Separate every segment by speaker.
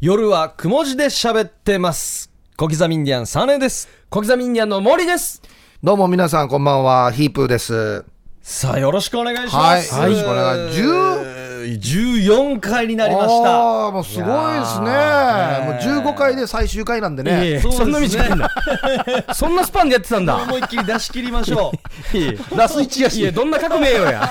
Speaker 1: 夜はくも字で喋ってます。小刻みインディアンサネです。
Speaker 2: 小刻みインディアンの森です。
Speaker 3: どうも皆さんこんばんは、ヒープーです。
Speaker 1: さあ、よろしくお願いします。
Speaker 3: はいよろしくお願い
Speaker 1: 14回になりました。
Speaker 3: あーもうすごいです
Speaker 2: い
Speaker 3: ね。もう15回で最終回なんで
Speaker 2: いえ
Speaker 3: ね。
Speaker 2: いえそんな短いんだ。そんなスパンでやってたんだ。
Speaker 1: 思いっきり出し切りましょ
Speaker 3: ラス1や
Speaker 2: いや、どんな革命よや。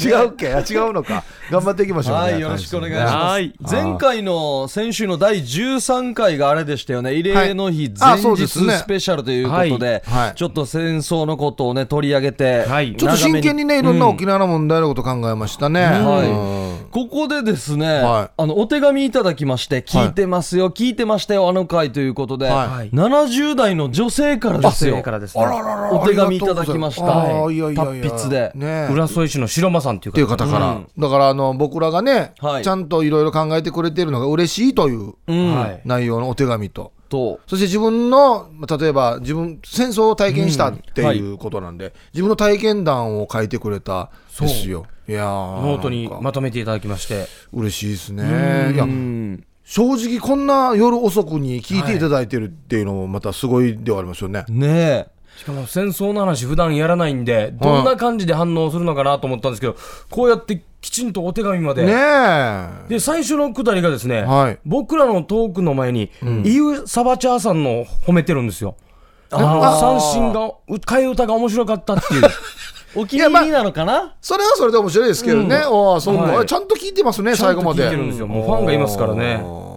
Speaker 3: 違うっけあ違うのか。頑張っていきまし
Speaker 1: う。
Speaker 3: ょうね。
Speaker 1: はい、よろしくお願いし
Speaker 2: は
Speaker 1: ま
Speaker 2: い
Speaker 1: す。前回の先週の第13回があれでしたよね。慰霊の日
Speaker 3: はいあ
Speaker 1: 前
Speaker 3: そう
Speaker 1: 日
Speaker 3: ですね
Speaker 1: スペシャルということで
Speaker 3: はいはい、
Speaker 1: ちょっと戦争のことをね、取り上げて、
Speaker 2: はい
Speaker 3: ちょっと真剣にね、いろんな
Speaker 1: うん
Speaker 3: 沖縄の問題のこと考えましたね。
Speaker 1: はここでですね、
Speaker 3: は
Speaker 1: あのお手紙いただきまして、
Speaker 3: はい
Speaker 1: 聞いてますよ、聞いてましたよ、あの回ということで、
Speaker 3: はい
Speaker 1: 70代の女性からですよ、
Speaker 2: らです
Speaker 3: あらららら
Speaker 1: お手紙いただきました
Speaker 3: ありがとうございますあーいやいやいや
Speaker 1: 達筆で
Speaker 3: ね
Speaker 2: 浦添市の白間さんっていう
Speaker 3: っていう
Speaker 2: 方。
Speaker 3: 方から、
Speaker 1: うん
Speaker 3: だからあの僕らがね、
Speaker 1: はい
Speaker 3: ちゃんといろいろ考えてくれているのが嬉しいという
Speaker 1: うん
Speaker 2: はい
Speaker 3: 内容のお手紙と、
Speaker 1: と
Speaker 3: そして自分の、まあ例えば自分、戦争を体験したって
Speaker 1: うんはい
Speaker 3: いうことなんで、自分の体験談を書いてくれたですよ。いやー
Speaker 2: ノートに
Speaker 3: なんか
Speaker 2: まとめていただきまして。
Speaker 3: 嬉しいですね。いや
Speaker 1: うん
Speaker 3: 正直、こんな夜遅くに聞いていただいてるっていうのも、またすごいではありますよね。
Speaker 1: ね
Speaker 2: しかも戦争の話普段やらないんで、どんな感じで反応するのかなと思ったんですけど、こうやってきちんとお手紙まで。
Speaker 3: ねえ。
Speaker 2: で、最初のくだりがですね、
Speaker 3: はい
Speaker 2: 僕らのトークの前に、イウ・サバチャーさんの褒めてるんですよ。
Speaker 1: あー
Speaker 2: 三振が、う替え歌が面白かったっていう。
Speaker 1: え、お気に入りなのかな、
Speaker 3: それはそれで面白いですけどね。おーそんな
Speaker 2: はい
Speaker 3: ちゃんと聞いてますね、 最後まで。
Speaker 2: ちゃんと聞いてるんですよ。もうファンがいますからね。
Speaker 1: うん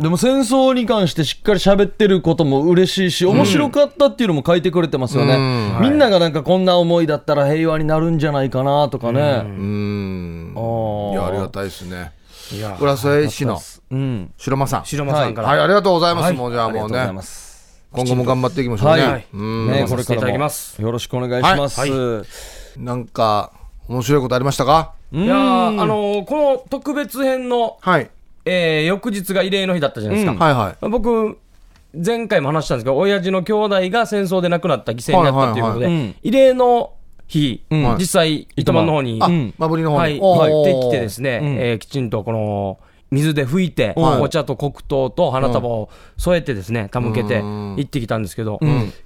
Speaker 1: でも戦争に関してしっかり喋ってることも嬉しいし、面白かったっていうのも書いてくれてますよね、
Speaker 3: うん
Speaker 1: みんながなんかこんな思いだったら平和になるんじゃないかなとかね、
Speaker 3: うーん。
Speaker 1: ー
Speaker 3: いや、ありがたいですね。
Speaker 2: いや、
Speaker 3: 浦添市の
Speaker 1: うん、
Speaker 3: 白間さん。
Speaker 2: 白間さんから、
Speaker 3: はい、ありがとうございます。
Speaker 2: はい
Speaker 3: もうじゃあ
Speaker 1: ありが
Speaker 3: も
Speaker 1: とう
Speaker 3: う
Speaker 1: ござい
Speaker 3: ね
Speaker 1: ま、す。
Speaker 3: 今後も頑張っていきましょう
Speaker 1: はい、
Speaker 3: ね。
Speaker 2: はい
Speaker 3: うん。
Speaker 1: ね
Speaker 2: 頑張らせていただきます
Speaker 1: これからもよろしくお願いします。
Speaker 2: はい
Speaker 3: なんか、面白いことありましたか
Speaker 1: うん
Speaker 2: いやーあのーこの特別編の、
Speaker 3: はい。
Speaker 2: えー翌日が慰霊の日だったじゃないですか、
Speaker 3: はいはい。
Speaker 2: 僕前回も話したんですけど親父の兄弟が戦争で亡くなった犠牲になったということで、
Speaker 1: はいはいはい
Speaker 2: 慰霊の日、
Speaker 1: ん
Speaker 2: 実際糸満の方に、
Speaker 3: あ
Speaker 1: うん、
Speaker 3: マブリの方
Speaker 2: は
Speaker 3: に。
Speaker 2: い、
Speaker 3: おー
Speaker 2: 行ってきてですね、
Speaker 1: うん
Speaker 2: えーきちんとこの水で拭いて、
Speaker 3: はい
Speaker 2: お茶と黒糖と花束を添えてですね手向けて
Speaker 3: うん
Speaker 2: 行ってきたんですけど、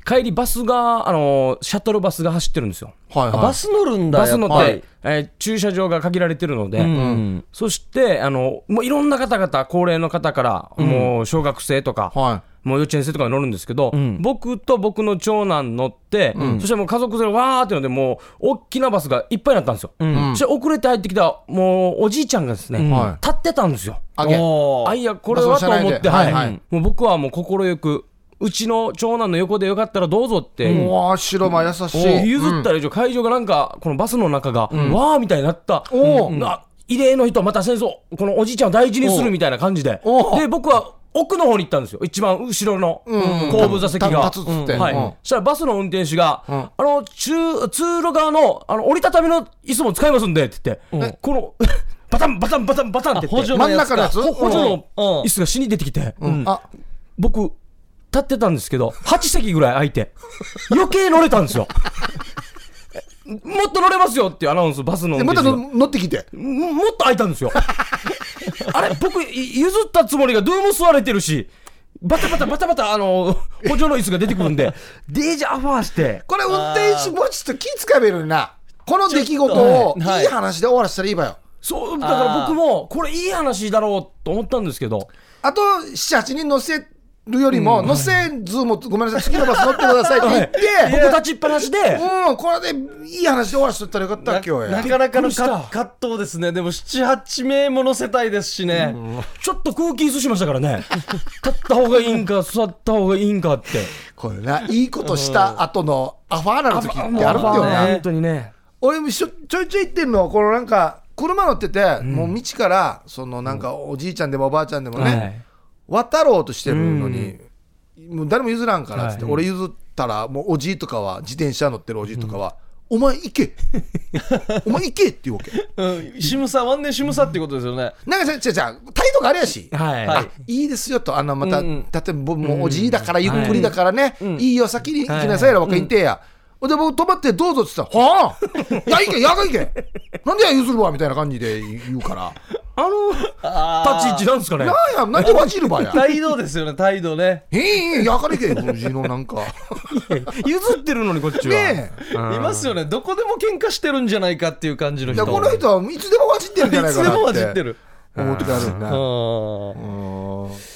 Speaker 2: 帰りバスが、あのーシャトルバスが走ってるんですよ
Speaker 3: はいはい。
Speaker 1: バス乗るんだ
Speaker 2: バス乗って、
Speaker 1: やっぱり
Speaker 2: えー駐車場が限られてるので、
Speaker 1: うん
Speaker 2: そしてあのもういろんな方々高齢の方から、もう小学生とか、
Speaker 3: は
Speaker 2: もう幼稚園生とかに乗るんですけど、僕と僕の長男乗って、そしてもう家族連れわーってのでもう大きなバスがいっぱいになったんですよ、そして遅れて入ってきたもうおじいちゃんがですね、
Speaker 3: はい
Speaker 2: 立ってたんですよ
Speaker 3: い。あげ。
Speaker 1: おー
Speaker 2: あいやこれはと思
Speaker 3: バ
Speaker 2: って、
Speaker 3: スの車内
Speaker 2: は
Speaker 3: で
Speaker 2: い
Speaker 3: はいはい
Speaker 2: もう僕はもう快くうちの長男の横でよかったらどうぞって、
Speaker 3: うわー、白間優しい。
Speaker 2: 譲ったら以上、会場がなんか、このバスの中が、わーみたいになった、
Speaker 3: おー
Speaker 2: うんあ慰霊の人はまた戦争、このおじいちゃんを大事にするみたいな感じで、
Speaker 3: おー
Speaker 2: で、僕は奥の方に行ったんですよ、一番後ろの後部座席
Speaker 3: た
Speaker 2: が。
Speaker 3: 立つっつって。
Speaker 2: はい、
Speaker 3: うん
Speaker 2: そしたらバスの運転手が、あの中通路側のあの折りたたみの椅子も使いますんでって言って、この バタンバタンバタンバタンって言って
Speaker 1: あ
Speaker 3: 真ん中のやつ
Speaker 2: ほ補助の
Speaker 1: うん
Speaker 2: 椅子が死に出てきて、
Speaker 3: うんあ、
Speaker 2: 僕立ってたんですけど8席ぐらい空いて余計乗れたんですよもっと乗れますよっていうアナウンスバスの運
Speaker 3: でま
Speaker 2: 転
Speaker 3: た
Speaker 2: 手が
Speaker 3: の乗ってきて。
Speaker 2: ももっと空いたんですよあれ僕い譲ったつもりがどうも吸われてるしバタバタバタバタあの補助の椅子が出てくるんでデージャーファーして
Speaker 3: これ運転手もうちょっと気使えるな。この出来事を
Speaker 1: ちょっとはい
Speaker 3: いい話で終わらせたらいいわよ。
Speaker 2: そうだから僕もこれいい話だろうと思ったんですけど
Speaker 3: あと7、8人乗せるよりも、乗せずも、ごめんなさい、好きなバス乗ってくださいって言って、
Speaker 2: 僕立ちっぱなしで
Speaker 3: うん、これでいい話で終わらせたらよかった、今日
Speaker 1: な
Speaker 3: や。
Speaker 1: かなかの
Speaker 2: びっくりした
Speaker 1: か葛藤ですね。でも7、8名も乗せたいですしね。
Speaker 2: ちょっと空気椅子しましたからね立った方がいいんか座った方がいいんかって
Speaker 3: これな、いいことした後のアファーナの時ってあるんだ
Speaker 1: アファ
Speaker 3: よ
Speaker 1: ーナ
Speaker 3: な。
Speaker 1: ね
Speaker 2: 本当にね
Speaker 3: 俺もしょちょいちょい言ってんのは、このなんか、車乗ってて、もう道から、そのなんか、おじいちゃんでもおばあちゃんでもね、渡ろうとしてるのに、もう誰も譲らんからっつって、
Speaker 2: はい
Speaker 3: 俺譲ったら、もうおじいとかは、自転車乗ってるおじいとかは、お前行けお前行けって言うわけ。
Speaker 1: うん。しむさ、ワンデーしむさっていうことですよね。
Speaker 3: なんか、じゃじゃ態度があれやし。
Speaker 2: はい、
Speaker 1: は
Speaker 3: あいいですよと、あのまた、
Speaker 1: うんうん
Speaker 3: 例えば僕もうおじいだから、ゆっくりだからね、い、いよ、先に行きなさいやろ、若いんてや。ほんで、僕、止まって どうぞって言ったら、はあ、いや、行け、やが行け、なんでや、譲るわみたいな感じで言うから、
Speaker 2: あの立ち位置なんですかね
Speaker 3: なんや、なんでバジ ルバや。
Speaker 1: 態度ですよね、態度ね。
Speaker 3: ええいやかれけ、藤のな んか。
Speaker 2: 譲ってるのにこっちは
Speaker 3: ね
Speaker 2: う
Speaker 1: い
Speaker 2: ん
Speaker 1: ますよね、どこでも喧嘩してるんじゃないかっていう感じの
Speaker 3: いや、
Speaker 1: 人。
Speaker 3: この人はいつでもバジってるんじゃないいか
Speaker 1: つで
Speaker 3: なって。
Speaker 1: も混じってる。
Speaker 3: 思ってたるんだ。
Speaker 1: うん
Speaker 3: うん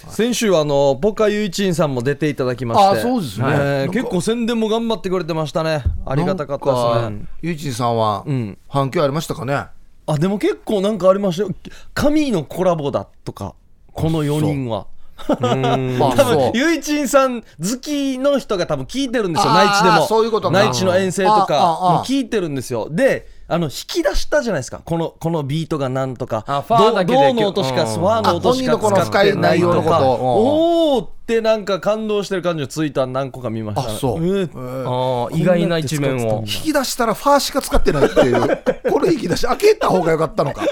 Speaker 1: 先週あのポカユイチンさんも出ていただきまして
Speaker 3: あそうですね
Speaker 1: はい
Speaker 3: なんか
Speaker 1: 結構宣伝も頑張ってくれてましたねありがたかったです
Speaker 3: なん
Speaker 1: ね
Speaker 3: かゆうちんさんは
Speaker 1: ん
Speaker 3: 反響ありましたかね。
Speaker 1: あでも結構なんかありましたよ神のコラボだとかこの4人は
Speaker 3: まあ
Speaker 1: 多
Speaker 3: そ
Speaker 1: 分
Speaker 3: う。
Speaker 1: ユイチンさん好きの人が多分聞いてるんですよ
Speaker 3: あー
Speaker 1: 内地でも
Speaker 3: そういうことか
Speaker 1: 内地の遠征と
Speaker 3: あ
Speaker 1: か
Speaker 3: ああ
Speaker 1: も聞いてるんですよであの引き出したじゃないですかこのこのビートがなんとか
Speaker 2: あファーだけで
Speaker 1: どうどうの音しか
Speaker 2: うん
Speaker 1: ファーの音しか使ってない
Speaker 3: あ本人のこの深い内容の
Speaker 1: と
Speaker 3: こと
Speaker 1: か
Speaker 3: うん
Speaker 1: おおってなんか感動してる感じのツイートは何個か見ました
Speaker 3: あ、そう。
Speaker 1: え
Speaker 3: え
Speaker 1: ー
Speaker 3: ー
Speaker 2: あー意外な一面を
Speaker 3: 引き出したらファーしか使ってないっていう。これ引き出し、開けた方が良かったのか。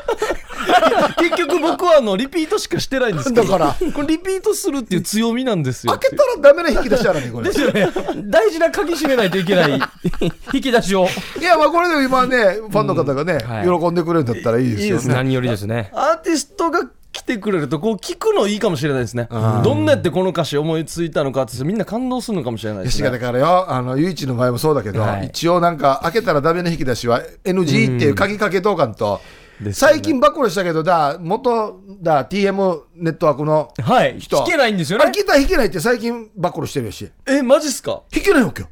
Speaker 1: 結局僕はあのリピートしかしてないんですけど
Speaker 3: だから
Speaker 1: これリピートするっていう強みなんですよ
Speaker 3: 開けたらダメな引き出しあるね、これ。
Speaker 2: ですよね大事な鍵閉めないといけ ない引き出しを
Speaker 3: いや、まあこれでも今ね、ファンの方がね、
Speaker 2: はい
Speaker 3: 喜んでくれるんだったらいいですよね。
Speaker 2: 何よりですね
Speaker 1: アーティストが来てくれるとこう聞くのいいかもしれないですねどんなやってこの歌詞思いついたのかってみんな感動するのかもしれないで
Speaker 3: い
Speaker 1: す
Speaker 3: や
Speaker 1: ね
Speaker 3: だからよ、あの、ゆいちの場合もそうだけど、
Speaker 2: はい
Speaker 3: 一応なんか、開けたらダメな引き出しは NG っていう鍵かけとかんと、
Speaker 1: ですよね
Speaker 3: 最近暴露したけど、だ、元、だ、TM ネットワークの、
Speaker 2: はい
Speaker 3: 人
Speaker 2: 聞けないんですよ
Speaker 3: あれ
Speaker 2: ね
Speaker 3: ギター弾けないって最近暴露してるし、
Speaker 1: えマジっすか
Speaker 3: 弾けないわけよ。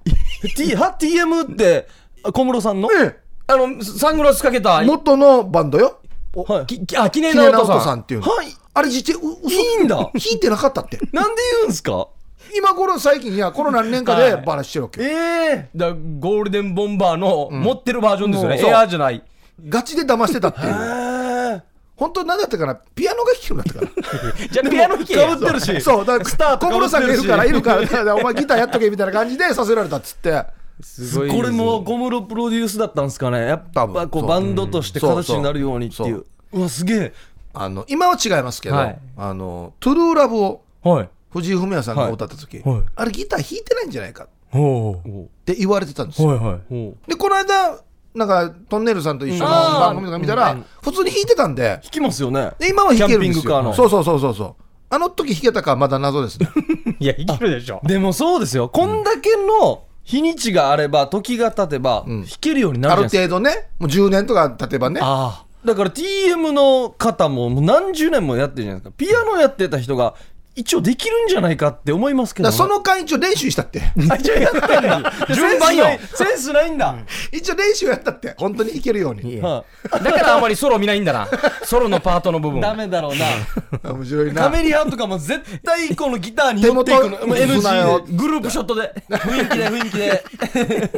Speaker 1: T は TM ってあ小室さんの
Speaker 3: ね
Speaker 2: あのサングラスかけた
Speaker 3: 元のバンドよ。お
Speaker 1: はい
Speaker 2: ききあ記念
Speaker 3: キネナ
Speaker 2: の
Speaker 3: オ
Speaker 2: お
Speaker 3: ト
Speaker 2: 父
Speaker 3: さ
Speaker 2: さ
Speaker 3: ん
Speaker 2: ん
Speaker 3: っていうの。
Speaker 1: はい
Speaker 3: あれ実は、う嘘
Speaker 1: いいんだ
Speaker 3: 弾いてなかったって。
Speaker 1: なんで言うんすか
Speaker 3: 今頃最近、いや、この何年かでバラしてるわけよ。
Speaker 1: ええ
Speaker 2: だゴールデンボンバーの持ってるバージョンですよね、
Speaker 3: そう
Speaker 2: エアーじゃない
Speaker 3: ガチで騙してたっていう。
Speaker 1: ー
Speaker 3: 本当何だったかなピアノが弾けるんだったかな
Speaker 2: じゃあピアノ弾け
Speaker 1: か
Speaker 2: や
Speaker 1: ぶってるし
Speaker 3: そう、だから、
Speaker 1: スタート
Speaker 3: 小室さんがいるから、い
Speaker 1: 被っ
Speaker 3: る
Speaker 1: て
Speaker 3: から、だからお前ギターやっとけみたいな感じでさせられたっつって。
Speaker 2: すごいですね
Speaker 1: これも小室プロデュースだったんですかねやっぱ
Speaker 3: 多分
Speaker 1: こ
Speaker 3: そう
Speaker 1: うバンドとして
Speaker 3: そう
Speaker 1: 形
Speaker 3: そう
Speaker 1: になるようにってい
Speaker 3: そう
Speaker 1: ううわすげえ
Speaker 3: あの、今は違いますけど、
Speaker 2: はい
Speaker 3: あの、トゥルーラブを
Speaker 2: はい
Speaker 3: 藤井フミヤさんが歌った時、
Speaker 2: はいはい
Speaker 3: あれギター弾いてないんじゃないかっ
Speaker 2: ほ
Speaker 3: て言われてたんです
Speaker 2: う
Speaker 3: よ。
Speaker 2: はいはい
Speaker 1: 弾
Speaker 3: で、この間、なんか、トンネルさんと一緒の
Speaker 2: うんあー
Speaker 3: 番組とか見たら、普通に弾いてたんで、
Speaker 1: きますよね
Speaker 3: で今は弾けるんですよ。
Speaker 1: キャンピングカーの
Speaker 3: そうそうそうそうそう。あの時弾けたかはまだ謎ですね。
Speaker 2: いや生きるでしょ
Speaker 1: でもそうですよこんだけの日にちがあれば時が経てば弾けるようにな
Speaker 3: あ
Speaker 1: る
Speaker 3: る
Speaker 1: じゃないですか
Speaker 3: 程度ね、もう10年とか経てばね。
Speaker 1: ああだから TM の方ももう何十年もやってるじゃないですかピアノやってた人が一応できるんじゃないかって思いますけ
Speaker 3: だか
Speaker 1: ど
Speaker 3: ら
Speaker 1: ね
Speaker 3: その間一応練習したって。
Speaker 1: あ一応やったんだ
Speaker 2: 順番よ
Speaker 1: センスないセンスないんだ、
Speaker 3: 一応練習やったって。本当に弾けるように。
Speaker 1: は
Speaker 2: だからあまりソロ見ないんだなソロのパートの部
Speaker 1: い
Speaker 2: 分
Speaker 1: ダメだろうな
Speaker 3: 面白いな。
Speaker 1: カメリ派とかも絶対このギターに寄っていくの
Speaker 3: 手元
Speaker 1: もう
Speaker 3: 嘘だよ
Speaker 1: NG で
Speaker 2: グループショットで
Speaker 1: 雰囲気で雰囲気で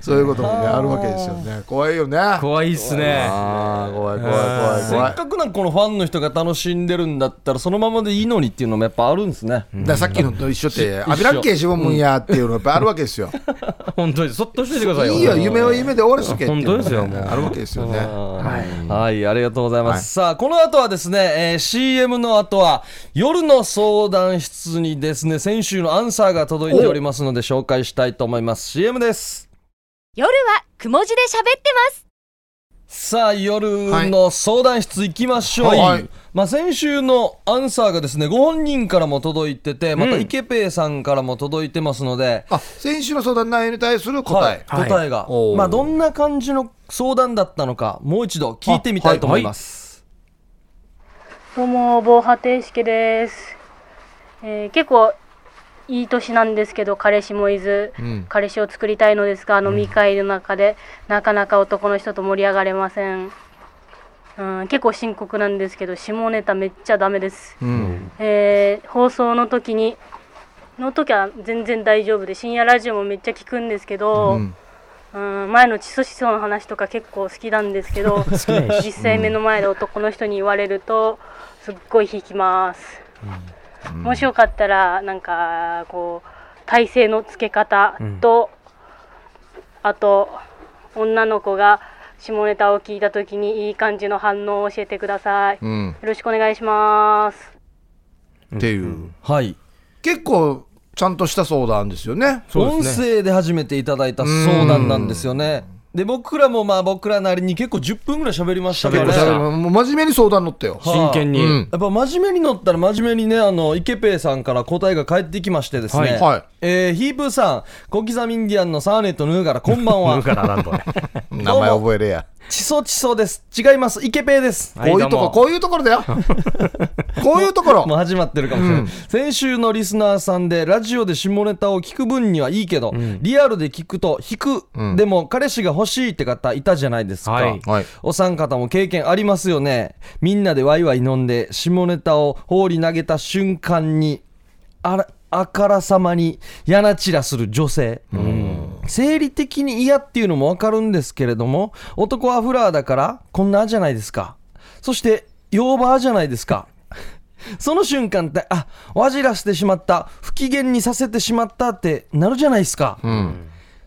Speaker 3: そういうこともね、あるわけですよね。怖いよね。
Speaker 2: 怖いっすね
Speaker 3: ああ、怖い怖い
Speaker 2: あ
Speaker 3: 怖い
Speaker 1: せっ
Speaker 3: 怖い。
Speaker 1: かくなんかこのファンの人が楽しんでるんだったらそのままでいいのにっていうのもやっぱあるんですね、
Speaker 3: だからさっきのと一緒って、アビランケ自分もんやっていうのやっぱあるわけですよ。
Speaker 2: 本当にそっとしといてくださいよ
Speaker 3: いいよ、夢は夢で終わりすけっていうの
Speaker 2: 本当ですよもう
Speaker 3: あるわけですよね。
Speaker 1: はい、はい、ありがとうございます、さあこの後はですね、えー CM の後は夜の相談室にですね先週のアンサーが届いておりますので紹介したいと思います CM です
Speaker 4: 夜はくも字で喋ってます。
Speaker 1: さあ夜の相談室行きましょう、
Speaker 3: はいはい
Speaker 1: まあ、先週のアンサーがですねご本人からも届いててまた池ペイさんからも届いてますので、
Speaker 3: あ、先週の相談内容に対する答え。
Speaker 1: はい答えが、
Speaker 3: おー
Speaker 1: まあ、どんな感じの相談だったのかもう一度聞いてみたいと思います、
Speaker 5: どうも、防波堤式です、えー結構いい年なんですけど、彼氏もいず、
Speaker 3: ん
Speaker 5: 彼氏を作りたいのですが、飲み会の中で、なかなか男の人と盛り上がれません。うん、結構深刻なんですけど、下ネタめっちゃダメです。
Speaker 3: うん。
Speaker 5: えー放送の時に、の時は全然大丈夫で、深夜ラジオもめっちゃ聞くんですけど、
Speaker 3: うん
Speaker 5: うん、前のチソ思想の話とか結構好きなんです けど実際目の前で男の人に言われるとすっごい引きます、もしよかったらなんかこう体勢のつけ方と、あと女の子が下ネタを聞いた時にいい感じの反応を教えてください、よ
Speaker 3: うん。
Speaker 5: ろしくお願いします
Speaker 3: っていう。
Speaker 1: はい
Speaker 3: 結構、ちゃんとした相談ですよね。
Speaker 2: そうで
Speaker 1: 音
Speaker 2: すね
Speaker 1: 声で初めていただいた相談なんですよね。で僕らもまあ僕らなりに結構10分ぐらい喋りましたからね
Speaker 2: 喋りました
Speaker 1: は
Speaker 3: もう真面目に相談乗ったよ
Speaker 1: あ
Speaker 2: 真剣に、
Speaker 3: うん
Speaker 1: やっぱ真面目に乗ったら真面目にねあの池ペイさんから答えが返ってきましてですね、
Speaker 3: はいはい
Speaker 1: えーヒープーさん小刻みインディアンのサーネットヌーガラこんばんは
Speaker 2: 言うからなんとね
Speaker 3: 名前覚えれや
Speaker 1: ちそちそです違います池ペイです
Speaker 2: はい
Speaker 3: こういうとこ
Speaker 2: ど
Speaker 3: こういうところだよこういうところ
Speaker 1: もう始まってるかもしれない、先週のリスナーさんでラジオで下ネタを聞く分にはいいけど、リアルで聞くと引く、でも彼氏が欲しいって方いたじゃないですか、
Speaker 2: はい
Speaker 3: はい
Speaker 1: お三方も経験ありますよねみんなでワイワイ飲んで下ネタを放り投げた瞬間にあらあからさまにやなちらする女性生理的に嫌っていうのもわかるんですけれども男はフラーだからこんなじゃないですかそして洋バーじゃないですかその瞬間ってあわじらせてしまった不機嫌にさせてしまったってなるじゃないですか、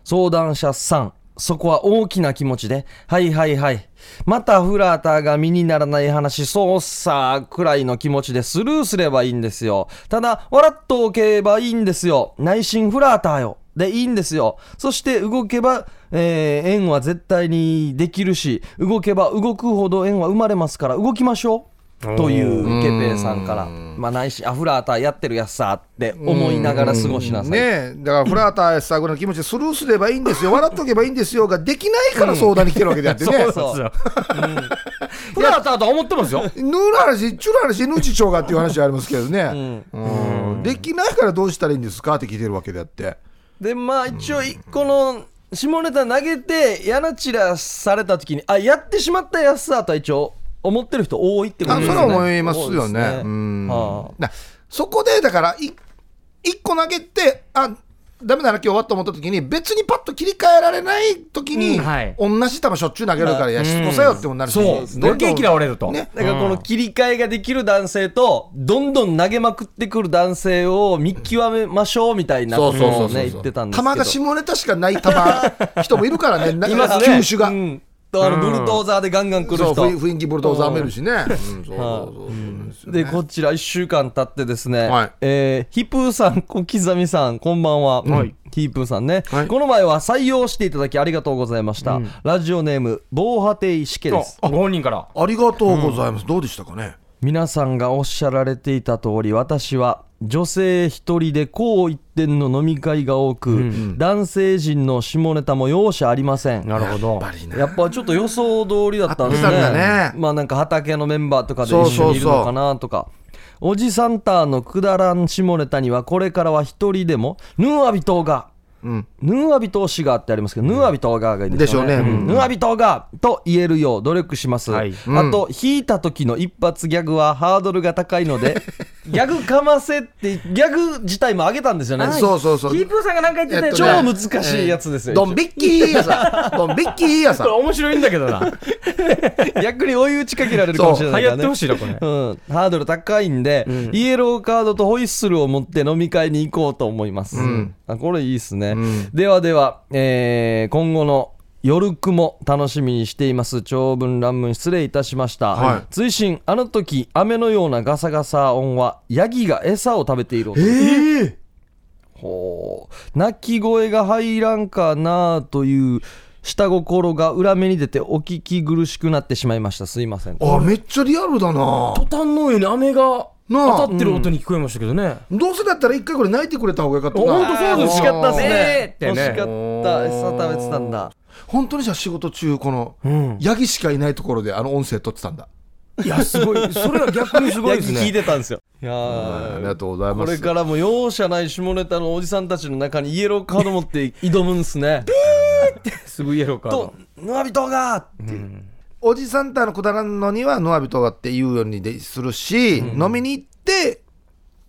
Speaker 1: 相談者さんそこは大きな気持ちで「はいはいはいまたフラーターが身にならない話そうさ」くらいの気持ちでスルーすればいいんですよただ笑っとおけばいいんですよ内心フラーターよでいいんですよそして動けば、えー円は絶対にできるし動けば動くほど円は生まれますから動きましょうというゲペイさんからまあ内心あフラーターやってるやつさって思いながら過ごしなさい
Speaker 3: ねえだからフラーターしたぐらいの気持ちでスルーすればいいんですよ笑っとけばいいんですよができないから相談に来てるわけであってね
Speaker 1: そう
Speaker 2: そうそうフラーターとは思ってますよ
Speaker 3: ぬる話、ちゅる話、ぬちちょうがっていう話ありますけどね、うんできないからどうしたらいいんですかって聞いてるわけであって、
Speaker 1: でまあ一応いこの下ネタ投げてやなちらされた時にあやってしまったやつさとは一応思ってる人多いってこ
Speaker 3: あ
Speaker 1: と
Speaker 3: そ
Speaker 1: で
Speaker 3: れ
Speaker 1: すね
Speaker 3: は思います
Speaker 1: そ
Speaker 3: よ
Speaker 1: う
Speaker 3: ね。
Speaker 1: です
Speaker 3: うん
Speaker 1: は
Speaker 3: なそこでだから、い一個投げて、あダメだな、今日はと思った時に、別にパッと切り替えられない時に、
Speaker 2: うんはい
Speaker 3: 同じ球しょっちゅう投げるから、いや、しつこさよってもなるし、
Speaker 2: そうドケーキで折れると、
Speaker 3: ね
Speaker 1: だからこの切り替えができる男性とどんどん投げまくってくる男性を見極めましょうみたいな
Speaker 3: そ
Speaker 1: こ
Speaker 3: うそう
Speaker 1: と
Speaker 3: そ
Speaker 1: を
Speaker 3: うそう
Speaker 1: ね言ってたんです
Speaker 3: 球
Speaker 1: けど
Speaker 3: が下ネタしかない球、人もい るからね、な
Speaker 1: 球ますね
Speaker 3: 球種が。
Speaker 1: うんとあのブルドーザーでガンガン来る
Speaker 3: そう
Speaker 1: 人
Speaker 3: 雰囲雰囲気ブルドーザーめるしね。うんそうそうそうそうなんですよね
Speaker 1: でこちら1週間経ってですね、
Speaker 3: はい
Speaker 1: えーヒプーさん小刻みさんこんばんは、
Speaker 2: はい
Speaker 1: ヒープーさんね、
Speaker 3: はい
Speaker 1: この前は採用していただきありがとうございました、ラジオネーム防波堤しけです
Speaker 2: ご本人から
Speaker 3: ありがとうございます。どうでしたかね。
Speaker 1: 皆さんがおっしゃられていた通り私は女性一人でこう一点の飲み会が多く、男性陣の下ネタも容赦ありません
Speaker 2: なるほど
Speaker 3: やっぱりね。
Speaker 1: やっぱちょっと予想通りだったんです
Speaker 3: あ
Speaker 1: ね
Speaker 3: ったんだね
Speaker 1: まあなんか畑のメンバーとかで
Speaker 3: そ
Speaker 1: 一
Speaker 3: う
Speaker 1: 緒
Speaker 3: そうそう
Speaker 1: にいるのかなとかおじさんターのくだらん下ネタにはこれからは一人でもヌーアビトーガ
Speaker 3: うん。
Speaker 1: ヌーアビトーシガーってありますけど、ヌーアビトーガーがいいですよね。
Speaker 3: でしょうねうん
Speaker 1: んヌーアビトーガーと言えるよう努力します。
Speaker 2: はい
Speaker 1: あと、引いた時の一発ギャグはハードルが高いの で、ギャグかませって、ギャグ自体も上げたんですよね。
Speaker 3: そうそうそう。
Speaker 2: キープーさんが何か言ってたやつ、
Speaker 3: えっと
Speaker 1: 超
Speaker 3: ね
Speaker 1: 難しいやつですよ。
Speaker 3: ドンビッキーやさ。 ドンビッキーやさ
Speaker 2: これ。面白いんだけどな
Speaker 1: 逆に追い打ちかけられるかもしれない
Speaker 2: 流
Speaker 1: から
Speaker 2: 行っ
Speaker 1: ね
Speaker 2: て。ほしいなこれ
Speaker 1: うん、ハードル高いんで、イエローカードとホイッスルを持って飲み会に行こうと思います、あこれいいっすね、ではでは、えー今後の夜雲楽しみにしています長文乱文失礼いたしました、
Speaker 3: はい
Speaker 1: 追伸あの時雨のようなガサガサ音はヤギが餌を食べている音
Speaker 3: ええ。
Speaker 1: ほう泣き声が入らんかなという下心が裏目に出てお聞き苦しくなってしまいましたすいません
Speaker 3: あ、めっちゃリアルだな。
Speaker 2: ボタンのように雨が
Speaker 3: なあ
Speaker 2: 当たってる音に聞こえましたけどね、
Speaker 3: どうせだったら一回これ泣いてくれた方がよかったな。
Speaker 2: ほんとそうです
Speaker 1: 惜しかったっすね
Speaker 2: ねえってね
Speaker 1: 惜しかった餌食べてたんだ
Speaker 3: 本当にじゃあ仕事中、この、ヤギしかいないところであの音声撮ってたんだ。
Speaker 2: いやすごいそれが逆にすごいです
Speaker 1: ヤギ聞い
Speaker 2: ね
Speaker 1: てたんですよいや
Speaker 3: あ
Speaker 1: ー
Speaker 3: りがとうござい
Speaker 1: こ
Speaker 3: ま
Speaker 1: れ
Speaker 3: す。
Speaker 1: からも容赦ない下ネタのおじさんたちの中にイエローカード持って挑むんすね
Speaker 2: すごいイエローカー
Speaker 1: と
Speaker 2: ド
Speaker 1: 「ぬわびとが!」って
Speaker 3: おじさんたのくだらんのには、ノアビトがって言うようにでするし、飲みに行って、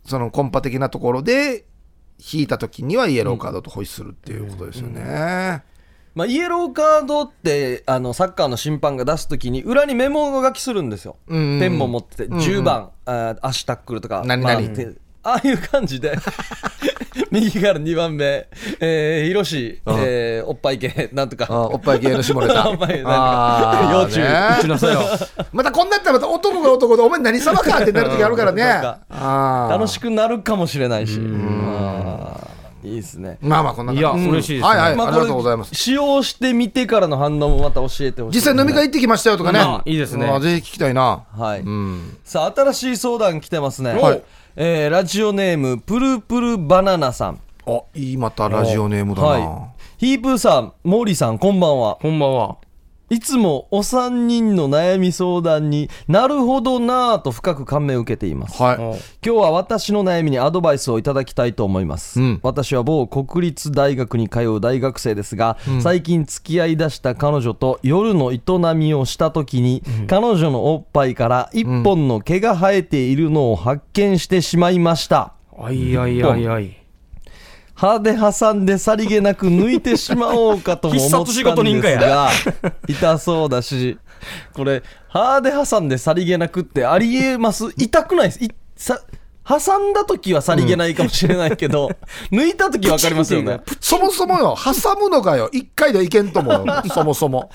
Speaker 3: そのコンパ的なところで、引いた時にはイエローカードとホイッスルっていうことですよね。
Speaker 1: まあ、イエローカードってあのサッカーの審判が出すときに裏にメモ書きするんですよ、
Speaker 3: うんうん
Speaker 1: ペンも持ってて、10番あー足タックルとか
Speaker 3: 何
Speaker 1: まあ
Speaker 3: 何
Speaker 1: てああいう感じ で右から2番目、えー、ヒロシ、えーおっぱい系なんとか
Speaker 3: あおっぱい芸の下ネタ。
Speaker 1: おっぱい芸なんか
Speaker 3: あー
Speaker 1: 要注意
Speaker 3: ね
Speaker 2: 打ちなさいよ
Speaker 3: またこんなったらまた男が男で、お前何様かってなる時あるからね。
Speaker 1: うんなんか
Speaker 3: あー
Speaker 1: 楽しくなるかもしれないし。あーいいですね
Speaker 3: まあまあこんな感
Speaker 2: い
Speaker 3: じ
Speaker 2: や、
Speaker 3: うん
Speaker 2: 嬉しいですね。
Speaker 3: はいはい、
Speaker 1: まあ
Speaker 3: ありがとうございます
Speaker 1: 使用してみてからの反応もまた教えてほしい
Speaker 3: 実際飲み会行ってきましたよとかね、
Speaker 2: うんいいですね
Speaker 3: うんぜひ聞きたいな
Speaker 1: はい、
Speaker 3: うん
Speaker 1: さあ新しい相談来てますね、
Speaker 3: はい
Speaker 1: えーラジオネームプルプルバナナさん
Speaker 3: あいいまたラジオネームだな、
Speaker 1: はい、ヒープーさんモーリーさんこんばんは
Speaker 2: こんばんは。
Speaker 1: いつもお三人の悩み相談になるほどなぁと深く感銘を受けています
Speaker 3: はい。
Speaker 1: 今日は私の悩みにアドバイスをいただきたいと思います、
Speaker 3: うん
Speaker 1: 私は某国立大学に通う大学生ですが、最近付き合いだした彼女と夜の営みをした時に、彼女のおっぱいから一本の毛が生えているのを発見してしまいました、
Speaker 2: あいあいあいあい。
Speaker 1: 歯で挟んでさりげなく抜いてしまおうかとも思ったんです
Speaker 2: 必殺仕事人か
Speaker 1: が 痛そうだしこれ歯で挟んでさりげなくってありえます痛くないですいさ挟んだ時はさりげないかもしれないけ ど、抜いた時わかりますよね
Speaker 3: そもそもよ、挟むのかよ、一回でいけんと思うよ、そもそも。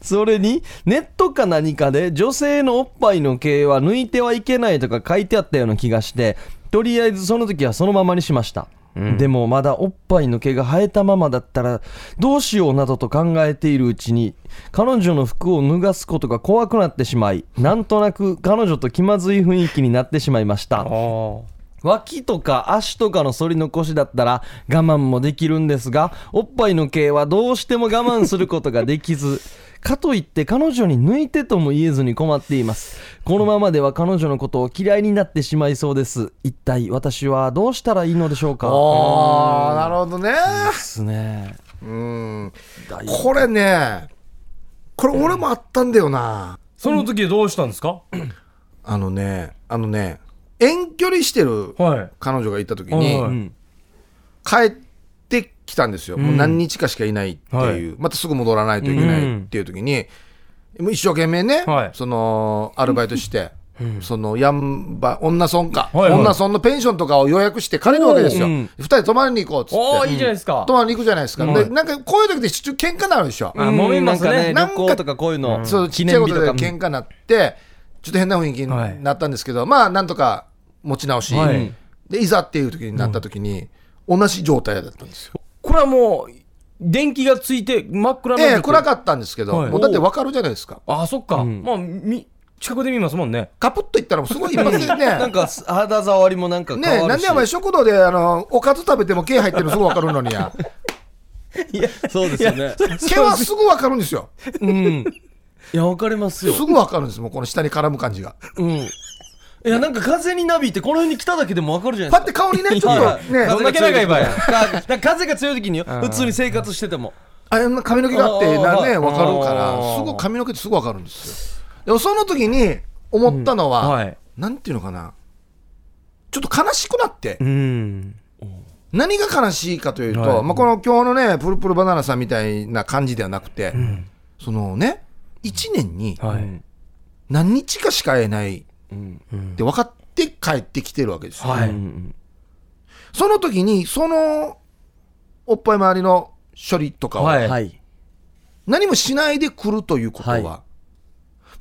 Speaker 1: それにネットか何かで女性のおっぱいの毛は抜いてはいけないとか書いてあったような気がしてとりあえずその時はそのままにしました、でもまだおっぱいの毛が生えたままだったらどうしようなどと考えているうちに彼女の服を脱がすことが怖くなってしまいなんとなく彼女と気まずい雰囲気になってしまいました
Speaker 2: ああ。
Speaker 1: 脇とか足とかの反り残しだったら我慢もできるんですがおっぱいの毛はどうしても我慢することができず かといって彼女に抜いてとも言えずに困っていますこのままでは彼女のことを嫌いになってしまいそうです一体私はどうしたらいいのでしょうか
Speaker 3: ああ、なるほどね。
Speaker 1: ですね
Speaker 3: うん。
Speaker 1: だい
Speaker 3: これね、これ俺もあったんだよな。
Speaker 2: その時どうしたんですか
Speaker 3: あのね、あのね、遠距離してる
Speaker 2: は
Speaker 3: 彼女がいた時
Speaker 2: い。は
Speaker 3: に、
Speaker 2: い。
Speaker 3: 帰ってきたんですよ。もう何日かしかいないっていう、またすぐ戻らないといけないっていう時に、もう一生懸命ね
Speaker 2: はい、
Speaker 3: その、アルバイトして、そのやんば女村か、
Speaker 2: はいはい
Speaker 3: 女村のペンションとかを予約して借りるわけですよ、
Speaker 1: う
Speaker 3: 二人泊まりに行こうっつ
Speaker 2: お
Speaker 3: っ
Speaker 2: お
Speaker 3: て
Speaker 2: いいじゃないですか
Speaker 3: 泊。まりに行くじゃないですか、でなんかこういう時ってしょっちゅう喧嘩になるでしょ、
Speaker 1: あ揉めますね
Speaker 3: なんかね
Speaker 1: 旅行とかこういうの、
Speaker 3: そう
Speaker 1: 記
Speaker 3: ちっちゃ
Speaker 1: 念
Speaker 3: いこ
Speaker 1: 日
Speaker 3: と
Speaker 1: と
Speaker 3: で
Speaker 1: か
Speaker 3: 喧嘩になってちょっと変な雰囲気になったんですけど、まあなんとか持ち直し、
Speaker 2: はい
Speaker 3: でいざっていう時になった時に、同じ状態だったんですよ、
Speaker 2: これはもう、電気がついて真っ暗な
Speaker 3: ええ
Speaker 2: 時
Speaker 3: 暗かったんですけど、
Speaker 2: はい
Speaker 3: もうだって分かるじゃないですか
Speaker 2: あ、そっか。まあ、み、近くで見ますもんね。
Speaker 3: カプッといったらもうすごい一発でね
Speaker 1: なんか肌触りもなんか変
Speaker 3: ねえ、
Speaker 1: わ
Speaker 3: な
Speaker 1: る
Speaker 3: ん
Speaker 1: し、
Speaker 3: でお前食堂であのおかず食べても毛入ってるのすぐ分か るのにや
Speaker 1: そうですよ ね
Speaker 3: 毛はすぐ分かるんですよ
Speaker 1: うんいやわかります
Speaker 3: す
Speaker 1: よ
Speaker 3: ぐ分かるんですもうこの下に絡む感 じが
Speaker 1: うん。いや、なんか風になびいて、この辺に来ただけでもわかるじゃな
Speaker 3: パ
Speaker 1: い
Speaker 3: ッ
Speaker 1: で
Speaker 3: て顔にねち
Speaker 1: す
Speaker 3: ょ
Speaker 1: か。
Speaker 3: っと
Speaker 1: はい
Speaker 3: ね
Speaker 2: どんだけ長い場 合や
Speaker 1: か風が強い時によ、普通に生活してても。
Speaker 3: あんな髪の毛があって
Speaker 1: あ
Speaker 3: な
Speaker 1: ー
Speaker 3: ね分かるか
Speaker 2: あ
Speaker 3: ら
Speaker 2: ー
Speaker 3: すごい髪の毛ってすぐ分かるんですよでもその時に思ったのは、
Speaker 2: はい。
Speaker 3: なんていうのかなちょっと悲しくなって、
Speaker 2: うん。
Speaker 3: 何が悲しいかというと、
Speaker 2: はい
Speaker 3: まあ、この今日のねプルプルバナナさんみたいな感じではなくて、そのね1年に
Speaker 2: はい。
Speaker 3: 何日かしか会えないっ
Speaker 1: うん。
Speaker 3: て分かって帰ってきてるわけですよ、
Speaker 2: は
Speaker 1: う
Speaker 2: い。
Speaker 1: ん
Speaker 3: その時にそのおっぱい周りの処理とかを
Speaker 2: はい。
Speaker 1: はい。
Speaker 3: 何もしないで来るということは、
Speaker 1: はい
Speaker 3: も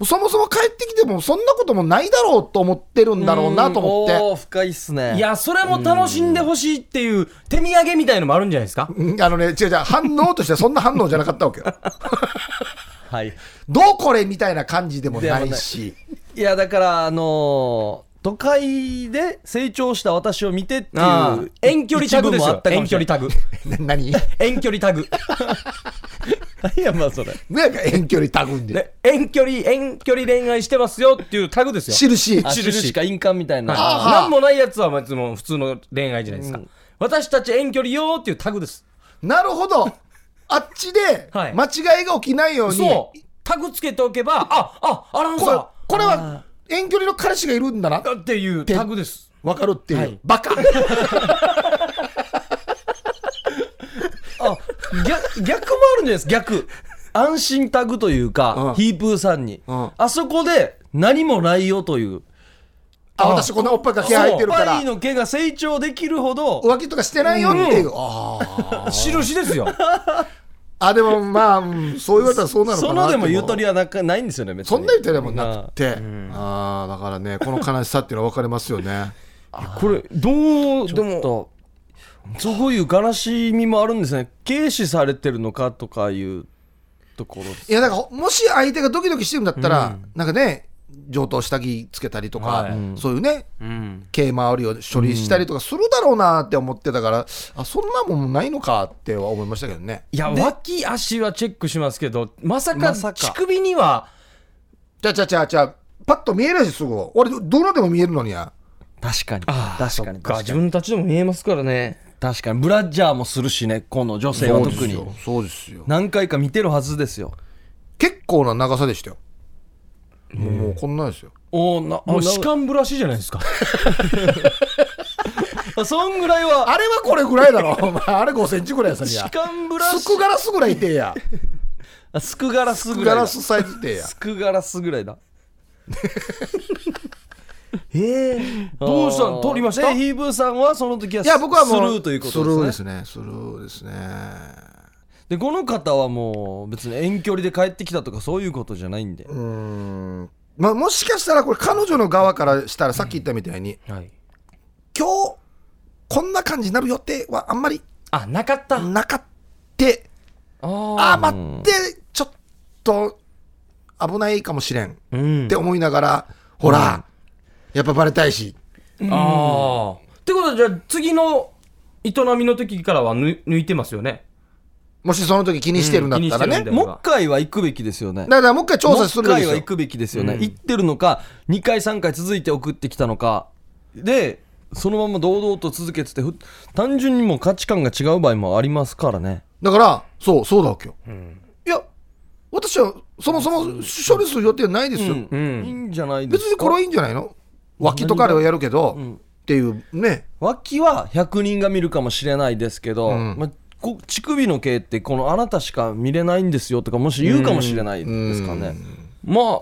Speaker 3: うそもそも帰ってきてもそんなこともないだろうと思ってるんだろうなと思って
Speaker 1: おー深いっすね。
Speaker 2: い、や、それも楽しんでほしいっていう手土産みたいのもあるんじゃないですか
Speaker 3: うんあのね、違う違う、反応としてはそんな反応じゃなかったわけよ。
Speaker 1: はい。
Speaker 3: どうこれみたいな感じでもないし。
Speaker 1: いや、だから、あのー、都会で成長した私を見てって
Speaker 2: あ
Speaker 1: いう
Speaker 2: あ遠距離タグですよ。遠距離
Speaker 1: タ
Speaker 2: タグ。
Speaker 3: な 何なん
Speaker 2: 遠距離タグ。
Speaker 1: グ。 いや、まあ、 それ。
Speaker 3: か遠距離タグんで。
Speaker 2: ね遠距離、遠距離恋愛してますよっていうタグですよ。
Speaker 3: 印。
Speaker 1: あ
Speaker 2: 印
Speaker 1: 印か印鑑みたいな。
Speaker 3: あ
Speaker 1: は
Speaker 3: は
Speaker 2: なんもないやつは別の普通の恋愛じゃないですか、私たち遠距離よーっていうタグです
Speaker 3: なるほど。あっちで、
Speaker 2: はい
Speaker 3: 間違いが起きないように。
Speaker 2: そうタグつけておけばああアナウン
Speaker 3: これ
Speaker 2: サ
Speaker 3: これは遠距離の彼氏がいるんだな。
Speaker 2: ーっていうタグです
Speaker 3: わかるっていう。
Speaker 2: はい
Speaker 3: バカ。
Speaker 1: あ、逆、逆もあるんじゃないですか、逆。安心タグという
Speaker 3: う
Speaker 1: か
Speaker 3: ん、
Speaker 1: ヒープーさんに
Speaker 3: うん。
Speaker 1: あそこで何もないよという。
Speaker 3: あ、私こんなおっぱいが毛入ってるか
Speaker 1: おっ
Speaker 3: ら
Speaker 1: ぱい。の毛が成長できるほど、
Speaker 3: 浮気とかしてないよっていう。ああ。
Speaker 2: 印ですよ
Speaker 3: あ、でもまあ、うんそう言われたらそうなのかな
Speaker 1: そのでもゆとり
Speaker 3: は。
Speaker 1: はなかないんですよね、別に。
Speaker 3: そんな言ったらもうなくて。ああ、だからね、この悲しさっていうのは分かりますよね。
Speaker 2: これどう
Speaker 1: ちょっと、そういう悲しみもあるんですね軽視されてるのかとかいうところです
Speaker 3: いやだからもし相手がドキドキしてるんだったら、なんかね上等下着つけたりとか、
Speaker 2: はい
Speaker 3: そういうね
Speaker 2: うん
Speaker 3: 毛周りを処理したりとかするだろうなって思ってたから、あそんなもんないのかっては思いましたけどね
Speaker 2: いや
Speaker 3: で
Speaker 2: 脇足はチェックしますけどまさか
Speaker 1: まさか
Speaker 2: 乳首には
Speaker 3: ちゃちゃちゃちゃパッと見えないしすぐ俺どうなでも見えるのにや
Speaker 1: 確かに
Speaker 2: あー
Speaker 1: 確かに
Speaker 2: そっか
Speaker 1: 確
Speaker 2: 自
Speaker 1: かに
Speaker 2: 分たちでも見えますからね
Speaker 1: 確かにブラジャーもするしねこの女性は特に
Speaker 3: そうですよ
Speaker 1: 何回か見てるはずですよ
Speaker 3: 結構な長さでしたよもうもうこんなですよ
Speaker 1: おおな
Speaker 2: もう
Speaker 1: な
Speaker 2: 歯間ブラシじゃないですか
Speaker 1: あそんぐらいは
Speaker 3: あれはこれぐらいだろ お前あれ5センチぐらいやさにや
Speaker 1: 歯間ブラシ
Speaker 3: すくガラスぐらいてや
Speaker 1: あすくガラスぐら
Speaker 3: ガ
Speaker 1: いだ
Speaker 3: ラスサイズて や
Speaker 1: すくガラスぐらいだ
Speaker 2: ええ どうしたの通りました
Speaker 1: でヒーブーさんはその時はい
Speaker 3: や僕はもう
Speaker 1: スルーということですね
Speaker 3: スルーですねスルーですね
Speaker 1: でこの方はもう別に遠距離で帰ってきたとかそういうことじゃないんで、
Speaker 3: うーんまあもしかしたらこれ彼女の側からしたらさっき言ったみたいに、
Speaker 2: はい
Speaker 3: 今日こんな感じになる予定はあんまり
Speaker 2: あなかった
Speaker 3: なかってああ待ってちょっと危ないかもしれんっ
Speaker 2: うん
Speaker 3: て思いながら、ほら、やっぱバレたいし
Speaker 2: ああ。ってことは、じゃあ次の営みの時からは抜抜いてますよね。
Speaker 3: もしその時気にしてるんだったらね、
Speaker 2: うん気にしてるんだよ
Speaker 1: もう一回は行くべきですよね
Speaker 3: だからもう一回調査する
Speaker 1: もう
Speaker 3: べ
Speaker 1: 一
Speaker 3: き
Speaker 1: 回は行
Speaker 3: ですよ
Speaker 1: くべきですよね、行ってるのか2回3回続いて送ってきたのかでそのまま堂々と続けててふ単純にもう価値観が違う場合もありますからね
Speaker 3: だからそうそうだわけよ、いや私はそもそも処理する予定ないですよ、
Speaker 1: うんいいんじゃないで
Speaker 3: 別
Speaker 1: すか
Speaker 3: にこれはいいんじゃないの脇とかではやるけど、っていうね
Speaker 1: 脇は100人が見るかもしれないですけど、
Speaker 3: ん
Speaker 1: まあこ乳首の毛ってこのあなたしか見れないんですよとかもし言うかもしれないですからね、
Speaker 2: まあ、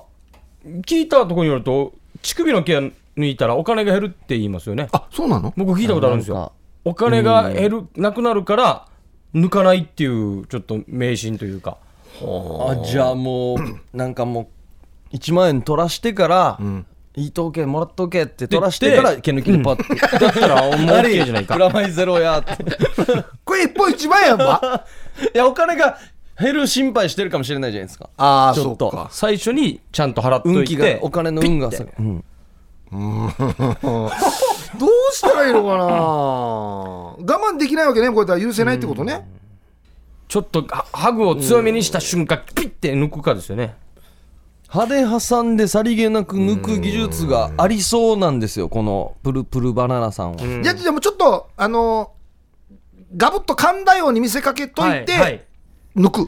Speaker 2: 聞いたところによると、乳首の毛抜いたらお金が減るって言いますよね。
Speaker 3: あそうなの
Speaker 2: 僕聞いたことあるんです
Speaker 1: なんか
Speaker 2: よ。お金が減る、なくなるから、抜かないっていう、ちょっと迷信というか。
Speaker 1: あじゃあもうなんかもう1万円取らしてから、いいとけもらっとけって取らしてから毛抜きでパッて、
Speaker 2: だったら、もう OK じゃない
Speaker 1: プ
Speaker 2: か。
Speaker 1: ラマイゼロやって
Speaker 3: これ一本一万円ば
Speaker 1: いやお金が減る心配してるかもしれないじゃないですか
Speaker 3: ああ
Speaker 1: ち
Speaker 3: そ
Speaker 1: ょ
Speaker 3: う
Speaker 1: っと
Speaker 3: か
Speaker 2: 最初にちゃんと払っと
Speaker 1: 運
Speaker 2: い
Speaker 1: 気が
Speaker 2: て。
Speaker 1: お金の運がさ、うん
Speaker 3: どうしたらいいのかな我慢できないわけねこうやったら許せないってことね
Speaker 2: ちょっとはハグを強めにした瞬間、ピッて抜くかですよね。
Speaker 1: 歯で挟んでさりげなく抜く技術がありそうなんですよこのプルプルバナナさんは、
Speaker 3: じゃあでもちょっとあのガブッと噛んだように見せかけといて、
Speaker 2: ははい
Speaker 3: 抜く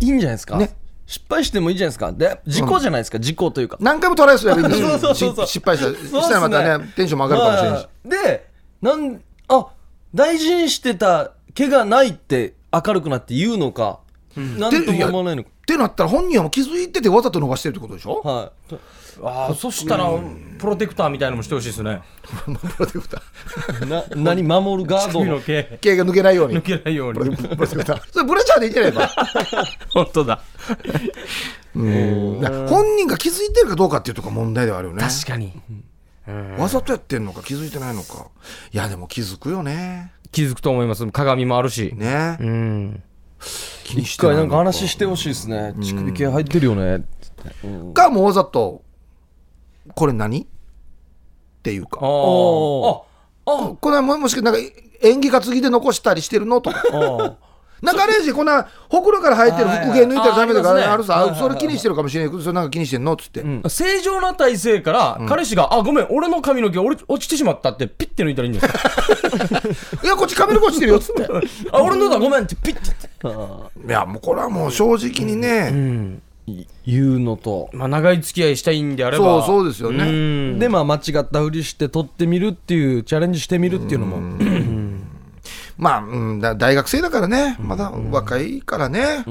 Speaker 1: いいんじゃないですか、
Speaker 3: ね
Speaker 1: 失敗してもいいじゃないですかで事故じゃないですか、事故というか
Speaker 3: 何回もトライすればいいん ですよ
Speaker 1: そうそうそうそう
Speaker 3: し失敗したら
Speaker 1: そうっすね
Speaker 3: したらまたねテンションも上がるかもしれないし、
Speaker 1: まあでなんあ大事にしてた毛がないって明るくなって言うのか、なんとも思わないのか
Speaker 3: ってなったら本人はもう気づいててわざと伸ばしてるってことでしょ
Speaker 1: はい
Speaker 2: ああ、そしたら、プロテクターみたいなのもしてほしいですね。
Speaker 3: プロテクター
Speaker 1: な何守るガード
Speaker 2: 乳首の毛。
Speaker 3: 毛が抜けないように
Speaker 2: 抜けないように。
Speaker 3: プロテクターそ れブレちゃうでいいじゃないか
Speaker 2: 本当だ。
Speaker 3: うん本人が気づいてるかどうかっていうとこ問題ではあるよね
Speaker 2: かに。
Speaker 3: わざとやってんのか気づいてないのかいやでも気づくよね
Speaker 2: 気づくと思います。鏡もあるし。
Speaker 3: ね
Speaker 2: うん。
Speaker 3: 気にし
Speaker 1: 一
Speaker 3: て
Speaker 1: 回
Speaker 3: な
Speaker 1: ないん
Speaker 3: のか
Speaker 1: か話してほしいですね乳首毛入ってるよねって
Speaker 3: かもうわざと「これ何?」っていう
Speaker 2: あ
Speaker 3: か
Speaker 2: ー
Speaker 1: お
Speaker 3: これはももしかなんか演技担ぎで残したりしてるのと か
Speaker 1: あ
Speaker 3: なんかあれやしこんなほくろから生えてる服毛抜いたらダメだか
Speaker 2: あーありますね
Speaker 3: らあるさあそれ気にしてるかもしれないけどそれなんか気にしてんのっつって、
Speaker 2: あ。正常な体勢から、彼氏が、あ、ごめん、俺の髪の毛俺落ちてしまったって、ピッて抜いたらいいんですか
Speaker 3: いやこっち髪の毛してるよっつって
Speaker 2: あ、俺のだ、ごめんって、ピッて。
Speaker 3: いやもうこれはもう正直にね、
Speaker 1: い言うのと
Speaker 2: まあ、長い付き合いしたいんであれ
Speaker 3: そ
Speaker 2: ば。
Speaker 3: うそう
Speaker 2: う
Speaker 3: ですよね、
Speaker 2: ん。
Speaker 1: でまあ間違ったふりして撮ってみるっていうチャレンジしてみるっていうのも
Speaker 3: まあ、うん、だ大学生だからね、まだ若いからね、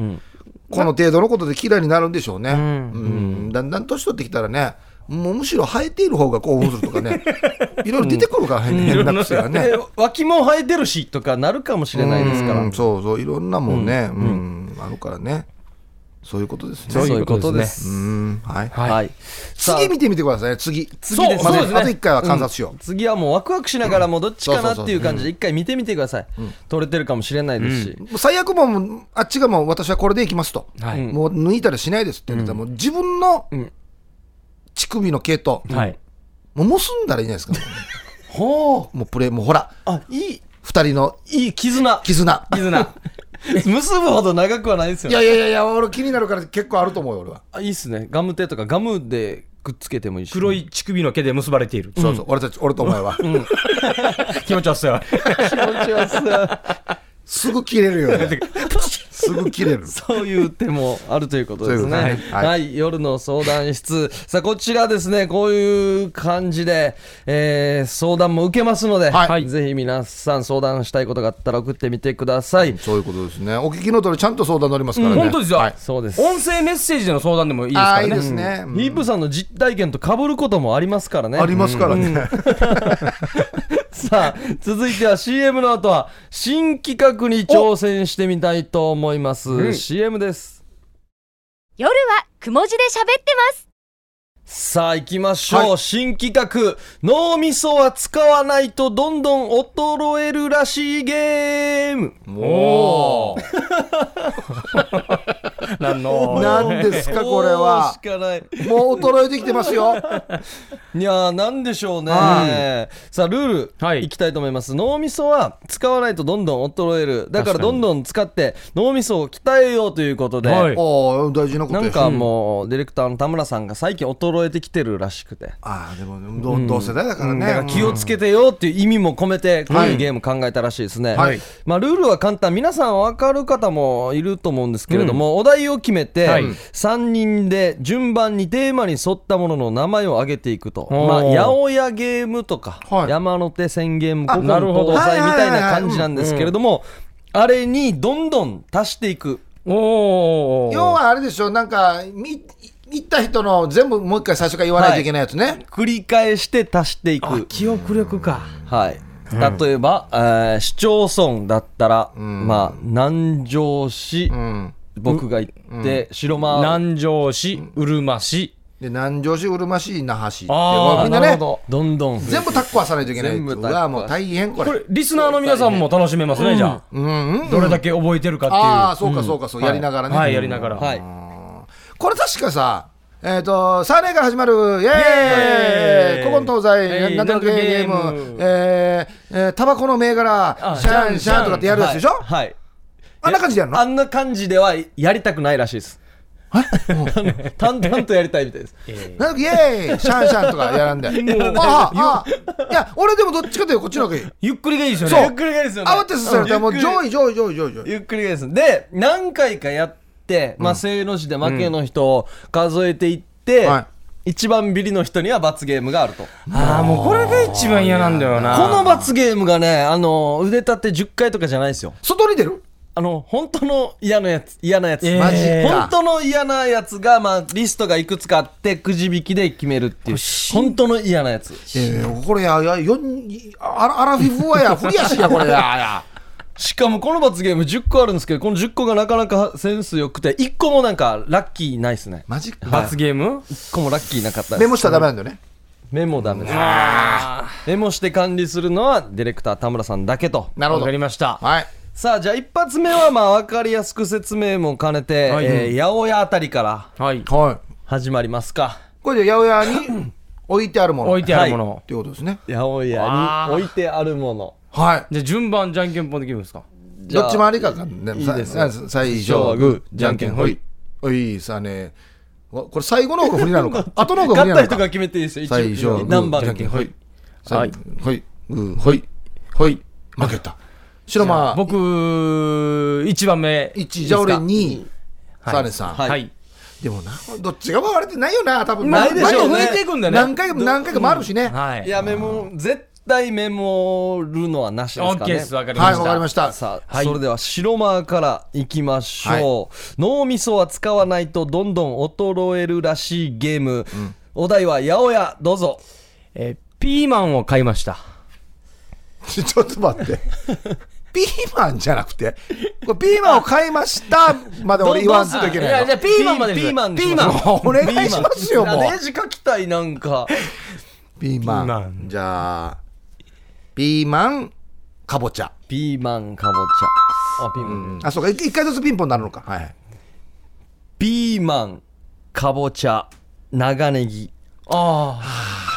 Speaker 3: この程度のことで嫌いになるんでしょうね、うんだんだん年取ってきたらね、もうむしろ生えている方が興奮するとか ね、いろいろ出てくるから、変な癖がね
Speaker 1: で。脇も生えてるしとかなるかもしれないですか
Speaker 3: う
Speaker 1: ら
Speaker 3: んそうそう、いろんなもんね、うんあるからね。そういうことです
Speaker 1: そう
Speaker 3: ね
Speaker 2: う
Speaker 1: い
Speaker 2: いうう
Speaker 1: こ
Speaker 2: ことと
Speaker 1: で
Speaker 2: ですす
Speaker 3: う。んはい
Speaker 2: はい
Speaker 1: はい。さあ
Speaker 3: 次見てみてくださいね次
Speaker 1: 次です
Speaker 3: ま
Speaker 1: ね
Speaker 3: ず
Speaker 2: そうですね
Speaker 3: あと1回は観察しよう
Speaker 1: 次はもうワクワクしながらもどっちかな
Speaker 3: そうそうそう
Speaker 1: っていう感じで一回見てみてください、取れてるかもしれないですし、
Speaker 3: もう最悪もうあっちがもう私はこれでいきますと、
Speaker 2: はい
Speaker 3: もう抜いたりしないですって言ってたら、もう自分の
Speaker 1: ん
Speaker 3: 乳首の毛と、
Speaker 2: はい。
Speaker 3: もう結んだらいいじゃないですか
Speaker 1: ほう
Speaker 3: もうプレーもうほら
Speaker 1: あいい
Speaker 3: 2人の
Speaker 1: いい 絆
Speaker 3: 絆
Speaker 2: 絆。
Speaker 1: 結ぶほど長くはないですよ
Speaker 3: い
Speaker 1: ね
Speaker 3: やいやいやいや俺気になるから結構あると思うよ俺は、
Speaker 1: あいいっすねガムテとかガムでくっつけてもいいし
Speaker 2: 黒い乳首の毛で結ばれている。
Speaker 3: そうそう俺たち俺とお前は、
Speaker 2: 気持ち悪そうや。
Speaker 1: 気持ちよさ
Speaker 3: すぐ切れるよ ねすぐ切れる
Speaker 1: そういう手もあるということですね
Speaker 3: そう
Speaker 1: はい
Speaker 3: いうことですねはい
Speaker 1: 夜の相談室さあこちらですねこういう感じで、えー相談も受けますので、
Speaker 3: はい
Speaker 1: ぜひ皆さん相談したいことがあったら送ってみてください、
Speaker 3: そういうことですねお聞きの通りちゃんと相談乗りますからね、
Speaker 2: 本当ですよ
Speaker 3: はい。
Speaker 1: そうです
Speaker 2: 音声メッセージでの相談でもいいです
Speaker 3: あ
Speaker 2: か
Speaker 3: あい
Speaker 2: ら
Speaker 3: いで
Speaker 2: ね。
Speaker 3: すね、うん
Speaker 1: イープさんの実体験と被ることもありますからね。
Speaker 3: ありますからね、
Speaker 1: さあ、続いては CM の後は、新企画に挑戦してみたいと思います。CM です。
Speaker 4: 夜はくも字で喋ってます。
Speaker 1: さあ、行きましょう。
Speaker 3: は
Speaker 1: 新企画、脳みそは使わないとどんどん衰えるらしいゲーム。
Speaker 2: おお。なんの。
Speaker 3: なんですかこれ
Speaker 1: おー
Speaker 3: は
Speaker 1: しかない。
Speaker 3: もう衰えてきてますよ
Speaker 1: いやー、なんでしょうね。
Speaker 3: は
Speaker 1: さあ、ルール、、
Speaker 2: はいい
Speaker 1: きたいと思います。脳みそは使わないとどんどん衰える。だから、
Speaker 2: 確かに
Speaker 1: どんどん使って、脳みそを鍛えようということで、
Speaker 2: は い
Speaker 3: おお大事なこと
Speaker 1: な
Speaker 3: や
Speaker 1: んかもう、ディレクターの田村さんが最近衰えてきてるらしくて。
Speaker 3: ああでもねどう同世代だから
Speaker 1: うん
Speaker 3: ね、
Speaker 1: だから気をつけてよっていう意味も込めてこういうゲーム考えたらしいですね、
Speaker 3: はい
Speaker 1: まあ、ルールは簡単皆さん分かる方もいると思うんですけれども、お題を決めて
Speaker 2: はい
Speaker 1: 3人で順番にテーマに沿ったものの名前を挙げていくと、
Speaker 2: おー
Speaker 1: まあ、八百屋ゲームとか、
Speaker 3: はい
Speaker 1: 山手線ゲーム
Speaker 3: あ
Speaker 1: 古
Speaker 2: な
Speaker 1: 今
Speaker 2: るほど
Speaker 1: 東西みたい
Speaker 3: はいはいはい
Speaker 1: な
Speaker 3: はい
Speaker 1: 感じなんですけれども、あれにどんどん足していく
Speaker 2: おお。
Speaker 3: 要はあれでしょなんかみ見た人の全部もう一回最初から言わないといけないやつね、
Speaker 1: 繰り返して足していく
Speaker 2: 記憶力か。
Speaker 1: はい。例えば、えー市町村だったら、まあ、南城市、
Speaker 3: うん
Speaker 1: 僕が行って、白間、
Speaker 2: 南城市、うるま市。
Speaker 3: で南城市うるま市那覇市って
Speaker 2: あー
Speaker 3: みんな
Speaker 2: な
Speaker 3: ね
Speaker 2: るほ
Speaker 1: どんどん増えて
Speaker 3: 全部タッコはさないといけない
Speaker 1: 全部
Speaker 3: う
Speaker 1: タッコは
Speaker 3: わもう大変これ
Speaker 2: これ、リスナーの皆さんも楽しめますね、じゃ
Speaker 3: うんうん
Speaker 2: あ。どれだけ覚えてるかっていう。
Speaker 3: ああそうかそうかそう、やりながらね、
Speaker 2: はい、やりながら。
Speaker 1: はい。
Speaker 3: これ確かさえっ、とサーレが始まるイエーイ
Speaker 2: イエーイ
Speaker 3: 古今東
Speaker 2: は
Speaker 3: 西
Speaker 2: い
Speaker 3: 何でもゲー
Speaker 2: なんとかゲ
Speaker 3: ム
Speaker 2: ーム
Speaker 3: えーえータバコの銘柄
Speaker 2: あ
Speaker 3: シャンシ
Speaker 2: シャン
Speaker 3: ャンとかってやるやつでしょ、
Speaker 1: はいはい。
Speaker 3: あんな感じでやるの
Speaker 1: あんな感じではやりたくないらしいです。あの淡々とやりたいみたいです。
Speaker 3: なんかイエーイシャンシャンとかやら んでああああいや俺でもどっちかというとこっちの方がいい
Speaker 2: ゆっくりがいいですよね。
Speaker 3: そう
Speaker 1: ゆっくり返すよね。
Speaker 3: 慌てさせられたらもう
Speaker 1: ゆっくり
Speaker 3: 上位上位上位上位上位
Speaker 1: ゆっくりです。で、何回かやって、まあ、正の字で負けの人を数えていって、
Speaker 3: は
Speaker 1: 一番ビリの人には罰ゲームがあると。
Speaker 2: ああ、もうこれが一番嫌なんだよな。
Speaker 1: この罰ゲームがね、あの、腕立て10回とかじゃないですよ。
Speaker 3: 外に出る
Speaker 1: あの、本当の嫌なやつ、嫌なやつ。
Speaker 2: えーマジ
Speaker 1: 本当の嫌なやつが、まあ、リストがいくつかあって、くじ引きで決めるっていう。本当の嫌なやつ。
Speaker 3: えー、これやいやよんあらアラフィフは や不利やしやこれやや
Speaker 1: しかも、この罰ゲーム10個あるんですけど、この10個がなかなかセンス良くて、1個もなんか、ラッキーないですね。
Speaker 3: マジか、
Speaker 2: 罰ゲーム
Speaker 1: 1個もラッキーなかったです
Speaker 3: メモしたらダメなんだよね
Speaker 1: メモダメです。メモして管理するのは、ディレクター田村さんだけと。
Speaker 3: なるほ
Speaker 2: わ
Speaker 3: ど
Speaker 2: かりました。
Speaker 3: はい
Speaker 1: さあ、じゃあ一発目は、まあ、わかりやすく説明も兼ねて、
Speaker 2: はい
Speaker 1: えー八百屋あたりから
Speaker 2: はい。
Speaker 3: はい
Speaker 1: 始まりますか。
Speaker 3: これで八百屋に置いてあるもの
Speaker 2: 置いてあるもの。
Speaker 3: っていうことですね
Speaker 1: 八百屋に置いてあるもの。
Speaker 3: はい
Speaker 2: じゃあ順番じゃんけんぽんできるんですか
Speaker 1: じゃあ
Speaker 3: どっちもありかかね
Speaker 1: いいですよ
Speaker 3: ささ最初はグーじゃんけんほいおいさあねわこれ最後の方が不利なのか後の方が不
Speaker 1: 勝っ
Speaker 3: 利な
Speaker 1: た
Speaker 3: の
Speaker 1: 人が
Speaker 3: か
Speaker 1: 決めていいですよ。一応
Speaker 3: 最初はグー
Speaker 1: 何番
Speaker 3: じ
Speaker 1: か
Speaker 3: ゃんけんほい
Speaker 2: は
Speaker 3: はいほいグーほいほい負けた白間
Speaker 2: 僕、1番目。
Speaker 3: 1じゃあ俺
Speaker 2: いい
Speaker 3: 2
Speaker 2: ですはい
Speaker 3: サネさん
Speaker 2: か
Speaker 1: はい
Speaker 2: はい。
Speaker 3: でもなどっちが回れてないよな多分
Speaker 1: ないでしょうね
Speaker 3: 前
Speaker 2: 増えていくんだよね。
Speaker 3: 何回も何回か回るしねはい
Speaker 2: はいい。
Speaker 1: や、メモ、絶対メモるのはなしです
Speaker 2: オッ
Speaker 1: か
Speaker 2: ケー
Speaker 1: ね。
Speaker 2: です。わかりました。
Speaker 3: わかりました
Speaker 1: さあ、
Speaker 2: はい
Speaker 1: それでは白間からいきましょう、脳みそは使わないとどんどん衰えるらしいゲーム、お題は八百屋どうぞ
Speaker 2: えーピーマンを買いました。
Speaker 3: ちょっと待ってピーマンじゃなくて、これピーマンを買いましたまで俺言わんといけ
Speaker 2: い
Speaker 3: な
Speaker 2: や
Speaker 3: い
Speaker 2: じゃ
Speaker 3: の。
Speaker 2: あピーマンまでにし
Speaker 1: ピー
Speaker 2: よ
Speaker 1: マ
Speaker 2: う
Speaker 1: ンにし
Speaker 2: ピー
Speaker 1: まし
Speaker 2: マン
Speaker 1: ょう
Speaker 3: お願いしますよ、も
Speaker 1: ラネー
Speaker 3: う。
Speaker 1: ジ書きたいなんか
Speaker 3: ピーマン。
Speaker 2: ピーマン
Speaker 3: じゃあ、ピーマン、かぼちゃ。
Speaker 1: ピーマンかぼちゃあピーマン、
Speaker 3: あ、そうか、一一回ずつピンポンになるのか。はい。
Speaker 1: ピーマンかぼちゃ長ネギ
Speaker 2: ああ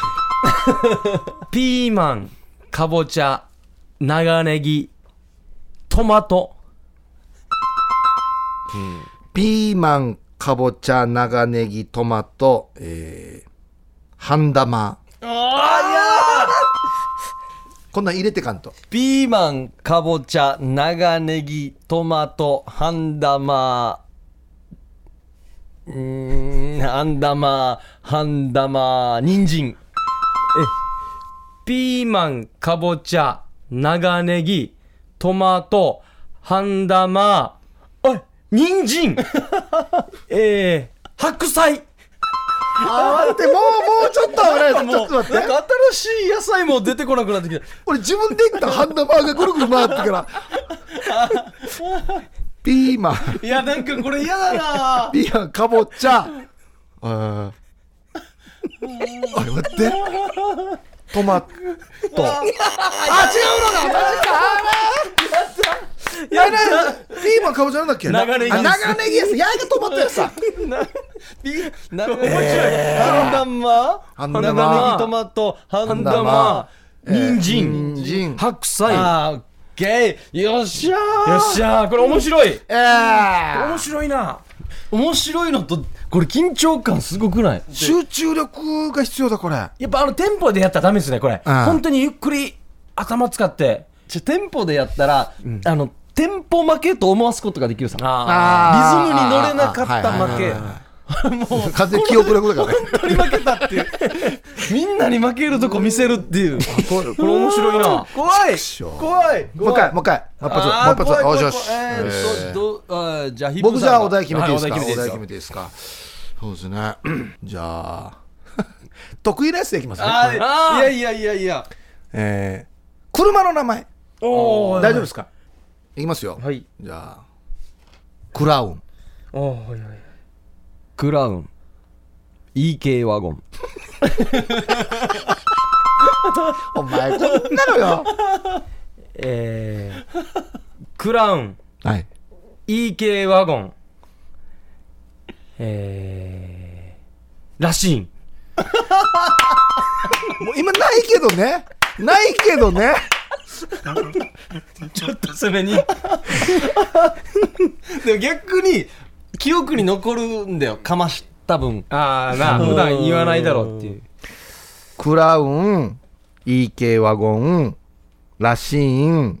Speaker 2: ピーマンかぼちゃ長ネギトマト
Speaker 3: ピーマン、かぼちゃ、長ネギ、トマト、えー、半玉。こんなん入れてかんと。
Speaker 1: ピーマンかぼちゃ長ネギトマト半玉うーん半玉半玉人参
Speaker 2: ピーマンかぼちゃ長ネギトマト半玉あ人参 えー、白菜
Speaker 3: あ、待って、もう、もうちょっと危ない。ちょっと待っ
Speaker 1: なん
Speaker 3: て。
Speaker 1: か新しい野菜も出てこなくなってきた
Speaker 3: 俺自分で言ったハンダバーがぐるぐる回ってから。ピーマン、
Speaker 1: いやなんかこれ嫌だ な
Speaker 3: ピーマン、かぼちゃ。あーあれ、待って。トマト。あ、違うのかマジかいやなピーマンかぼちゃなんだっけ
Speaker 2: 長ネギ
Speaker 3: あ長ネギやつ。やいがトマトやさ。
Speaker 1: ピー長ネギ半玉
Speaker 3: 半
Speaker 1: 長
Speaker 3: 玉
Speaker 1: ネギトマト半玉
Speaker 3: 玉
Speaker 1: 人参
Speaker 3: 人参。
Speaker 2: 白菜よ
Speaker 1: あーオッケーよっしゃー
Speaker 2: っしゃーこれ面白い
Speaker 3: えー
Speaker 2: 面白いな
Speaker 1: 面白いのとこれ緊張感すごくない
Speaker 3: 集中力が必要だ、これ。
Speaker 2: やっぱあのテンポでやったらダメですねこれ、
Speaker 3: うん
Speaker 2: 本当にゆっくり頭使って
Speaker 1: じゃテンポでやったら、あのテンポ負けと思わすことができるさ
Speaker 2: あ
Speaker 1: リズムに乗れなかった負け
Speaker 3: もう完全に記憶力だからね
Speaker 1: 本当に負けたっていう みんなに負けるとこ見せるっていう
Speaker 3: これ
Speaker 2: ーこれ面白いな
Speaker 1: 怖い
Speaker 3: しょ
Speaker 1: 怖い
Speaker 3: もう一回もう一回もう一発もう一発おしよし
Speaker 1: えーっとどあーじゃあヒップ
Speaker 3: 僕じゃあお題
Speaker 1: さ
Speaker 3: 決めていいですか
Speaker 2: はいお題
Speaker 3: お
Speaker 2: 決めていいですよ
Speaker 3: 題決めていいですかそうですねじゃあ得意なやつでいきますね
Speaker 1: んがあ
Speaker 2: あ
Speaker 1: ー
Speaker 2: ー
Speaker 1: いやいやいやいや
Speaker 3: えー車の名前
Speaker 2: ーおー
Speaker 3: 大丈夫ですかいきますよ
Speaker 2: はい
Speaker 3: じゃあクラウン
Speaker 2: おーはいはい
Speaker 1: クラウン EK ワゴン
Speaker 3: お前こんなのよ
Speaker 2: えー、クラウン
Speaker 3: はい
Speaker 2: EK ワゴンえー、らしいん
Speaker 3: もう今ないけどねないけどね
Speaker 2: ちょっと攻めに
Speaker 1: でも逆に記憶に残るんだよかました分
Speaker 2: ああな普段言わないだろうっていう
Speaker 3: クラウン EK ワゴンラシーンう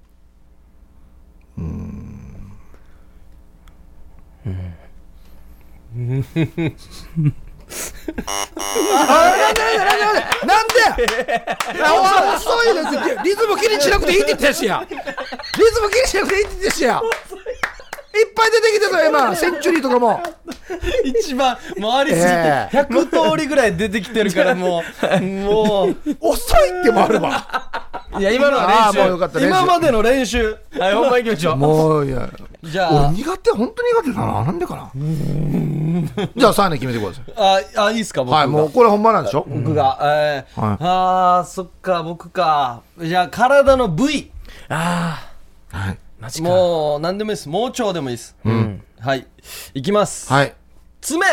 Speaker 3: ーんあなんでなんでなんで遅いですよリズム気にしなくていいって言ってたしやリズム気にしなくていいって言ってたしやいっぱい出てきてたよ今センチュリーとかも
Speaker 1: 一番回りすぎて
Speaker 3: ええ
Speaker 1: 100通りぐらい出てきてるからも うもう
Speaker 3: 遅いってもあるわ
Speaker 2: いや今の
Speaker 3: あ
Speaker 2: は
Speaker 3: あもうよかっ
Speaker 2: 練
Speaker 3: た練習
Speaker 1: 今までの練習
Speaker 2: 習はい本番いきましょう
Speaker 3: もういや
Speaker 1: じゃ
Speaker 3: 俺
Speaker 1: あ
Speaker 3: 苦手本当に苦手だななんでかなじゃあサーネ決めてください
Speaker 1: ああいいっすか僕が、
Speaker 3: はいもうこれ本番なんでしょ
Speaker 1: 僕が、えー
Speaker 3: はい
Speaker 1: あーそっか僕かじゃあ体の部位
Speaker 2: あ
Speaker 3: はい
Speaker 2: あマジか
Speaker 1: もう何でもいいです盲腸でもいいです、はいいきます、
Speaker 3: はい
Speaker 1: 爪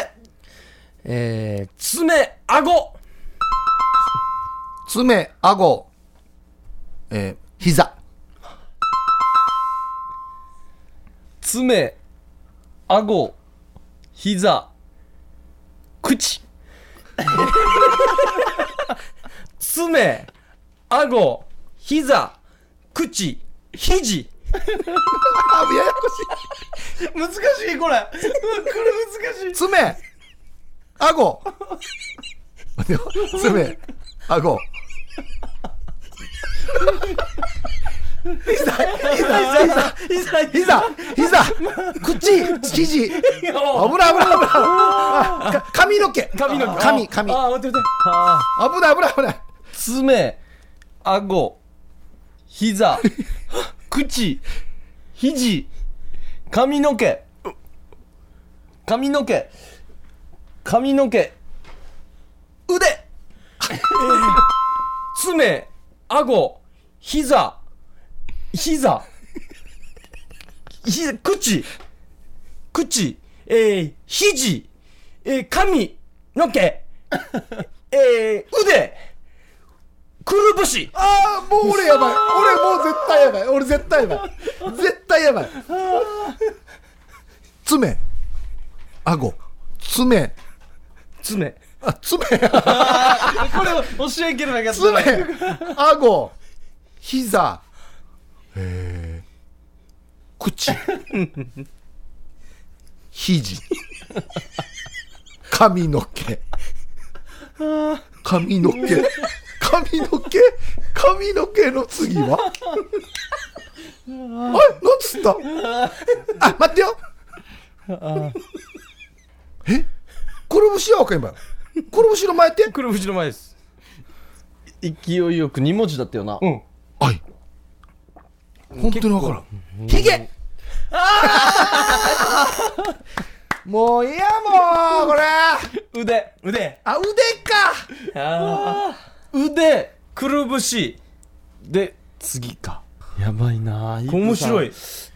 Speaker 2: えー、爪顎
Speaker 3: 爪顎えー、膝
Speaker 1: 爪顎膝口
Speaker 2: 爪顎膝口肘
Speaker 3: あややこ
Speaker 1: 難しいこれ これ難しい
Speaker 3: しい爪顎 待ってよ爪顎
Speaker 2: 膝膝
Speaker 3: 膝膝口肘危ない危ない危 ないあか髪の毛
Speaker 2: 髪の毛
Speaker 3: 髪髪危
Speaker 2: ああ待って待って
Speaker 3: ない危ない危ない
Speaker 1: 爪顎膝 口肘髪の毛髪の毛髪の毛腕
Speaker 2: 爪、顎、膝、膝、膝、口、口、えー、肘、えー、髪の毛、えー、腕、くるぶし、
Speaker 3: ああもう俺やばい俺もう絶対やばい俺絶対やばい絶対やばい爪顎爪
Speaker 2: 爪、
Speaker 3: あ爪
Speaker 1: これ教えきれなかっ
Speaker 3: 爪
Speaker 1: た
Speaker 3: 顎膝えー口肘髪の毛髪の毛髪の毛髪の毛の次はあれ何つったあ待ってよえくるぶしはわかんばくるぶしの前って
Speaker 2: くるぶしの前です。
Speaker 1: 勢いよく2文字だったよな、
Speaker 3: はい。本当にわからん。ひげ もういいやもうこれ
Speaker 1: 腕腕
Speaker 3: あ腕か
Speaker 1: 腕
Speaker 2: くるぶし、で、次か。
Speaker 1: やばいな
Speaker 2: 面白い。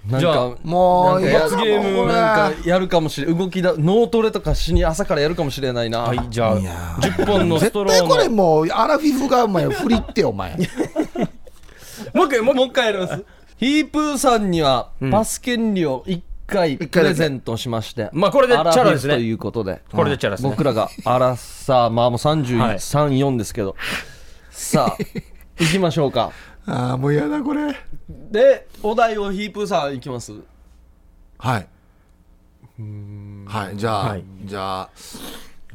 Speaker 1: なん
Speaker 2: じゃ
Speaker 1: か
Speaker 2: あ
Speaker 3: もういいや
Speaker 1: なんか
Speaker 2: 罰ゲーム
Speaker 3: もうこれ
Speaker 1: なんかやるかもしれん動きだ脳トレとかしに朝からやるかもしれないな、
Speaker 2: はい、じゃあ、10本のス
Speaker 3: 絶
Speaker 2: トロー
Speaker 3: 対
Speaker 2: の。
Speaker 3: これもうアラフィフがお前振りってお前
Speaker 1: もう一回もう一回やりますヒープーさんには
Speaker 2: ん
Speaker 1: パス権利を1回プレゼントしまして、
Speaker 2: まあこれでチャラですね
Speaker 1: アフィフということで
Speaker 2: これでチャラですね
Speaker 1: 僕らがアラサーまあもう
Speaker 2: はい
Speaker 1: 334ですけど、さあ行きましょうか
Speaker 3: ああもう嫌だこれ
Speaker 1: でお題をヒープーさんいきます
Speaker 3: はいはいじゃあ、じゃあ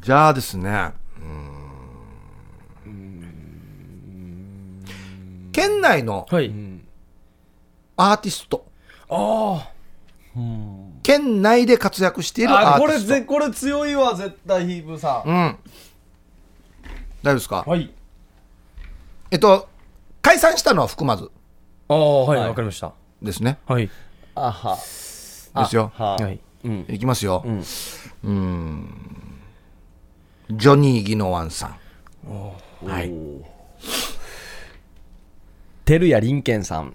Speaker 3: じゃあですねうーん県内の
Speaker 2: はい。
Speaker 3: アーティスト
Speaker 2: あ
Speaker 3: 県内で活躍している
Speaker 1: あ
Speaker 3: アー
Speaker 1: こ
Speaker 3: ティ
Speaker 1: れ
Speaker 3: スト
Speaker 1: ぜこれ強いわ絶対ヒープーさん
Speaker 3: うん。大丈夫ですか
Speaker 2: あ。はい。
Speaker 3: えっと、解散したのは含まず
Speaker 2: ああ、はい、
Speaker 1: は
Speaker 2: わ、
Speaker 1: い
Speaker 2: かりました。
Speaker 3: ですね。
Speaker 2: はい。
Speaker 1: あは
Speaker 3: ですよ。
Speaker 1: は
Speaker 2: はい。
Speaker 3: いきますよ。うーん。ジョニー・ギノワンさん。はい。
Speaker 1: てるやりんけんさん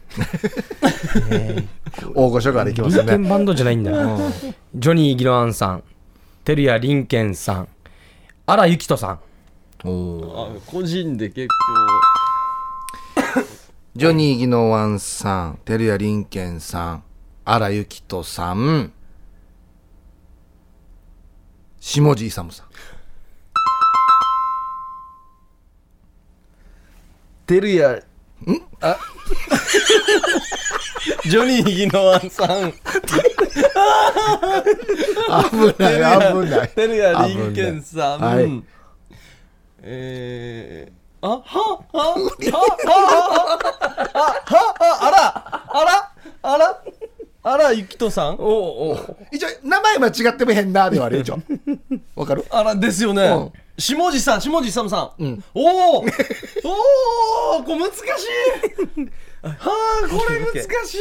Speaker 3: 大御所からいきま
Speaker 2: リ
Speaker 3: す
Speaker 2: ンケ
Speaker 3: ね。
Speaker 2: ンバンドじゃないんだよ。 ジョニー・ギロアンさん、テルヤ・リンケンさん、荒井由紀人さん。
Speaker 3: おー
Speaker 1: あ個人で結
Speaker 3: ジョニー・ギノワンさん、照屋林健さん、荒井由紀人さん、下地勇さん。
Speaker 1: 構てるやんあジョニー・ギノワンさん
Speaker 3: 危ない、危ない。
Speaker 1: てるやりんけんさん、
Speaker 3: 危ないはい
Speaker 1: えー、あはははははあらあらあらあらゆきとさん
Speaker 2: おお
Speaker 3: 一応、名前間違っても変なではあるよ、一応。わかる
Speaker 1: あらですよね、
Speaker 3: うん
Speaker 1: 下地さん下地さんさん、おおお おこれ難しいはあこれ難しい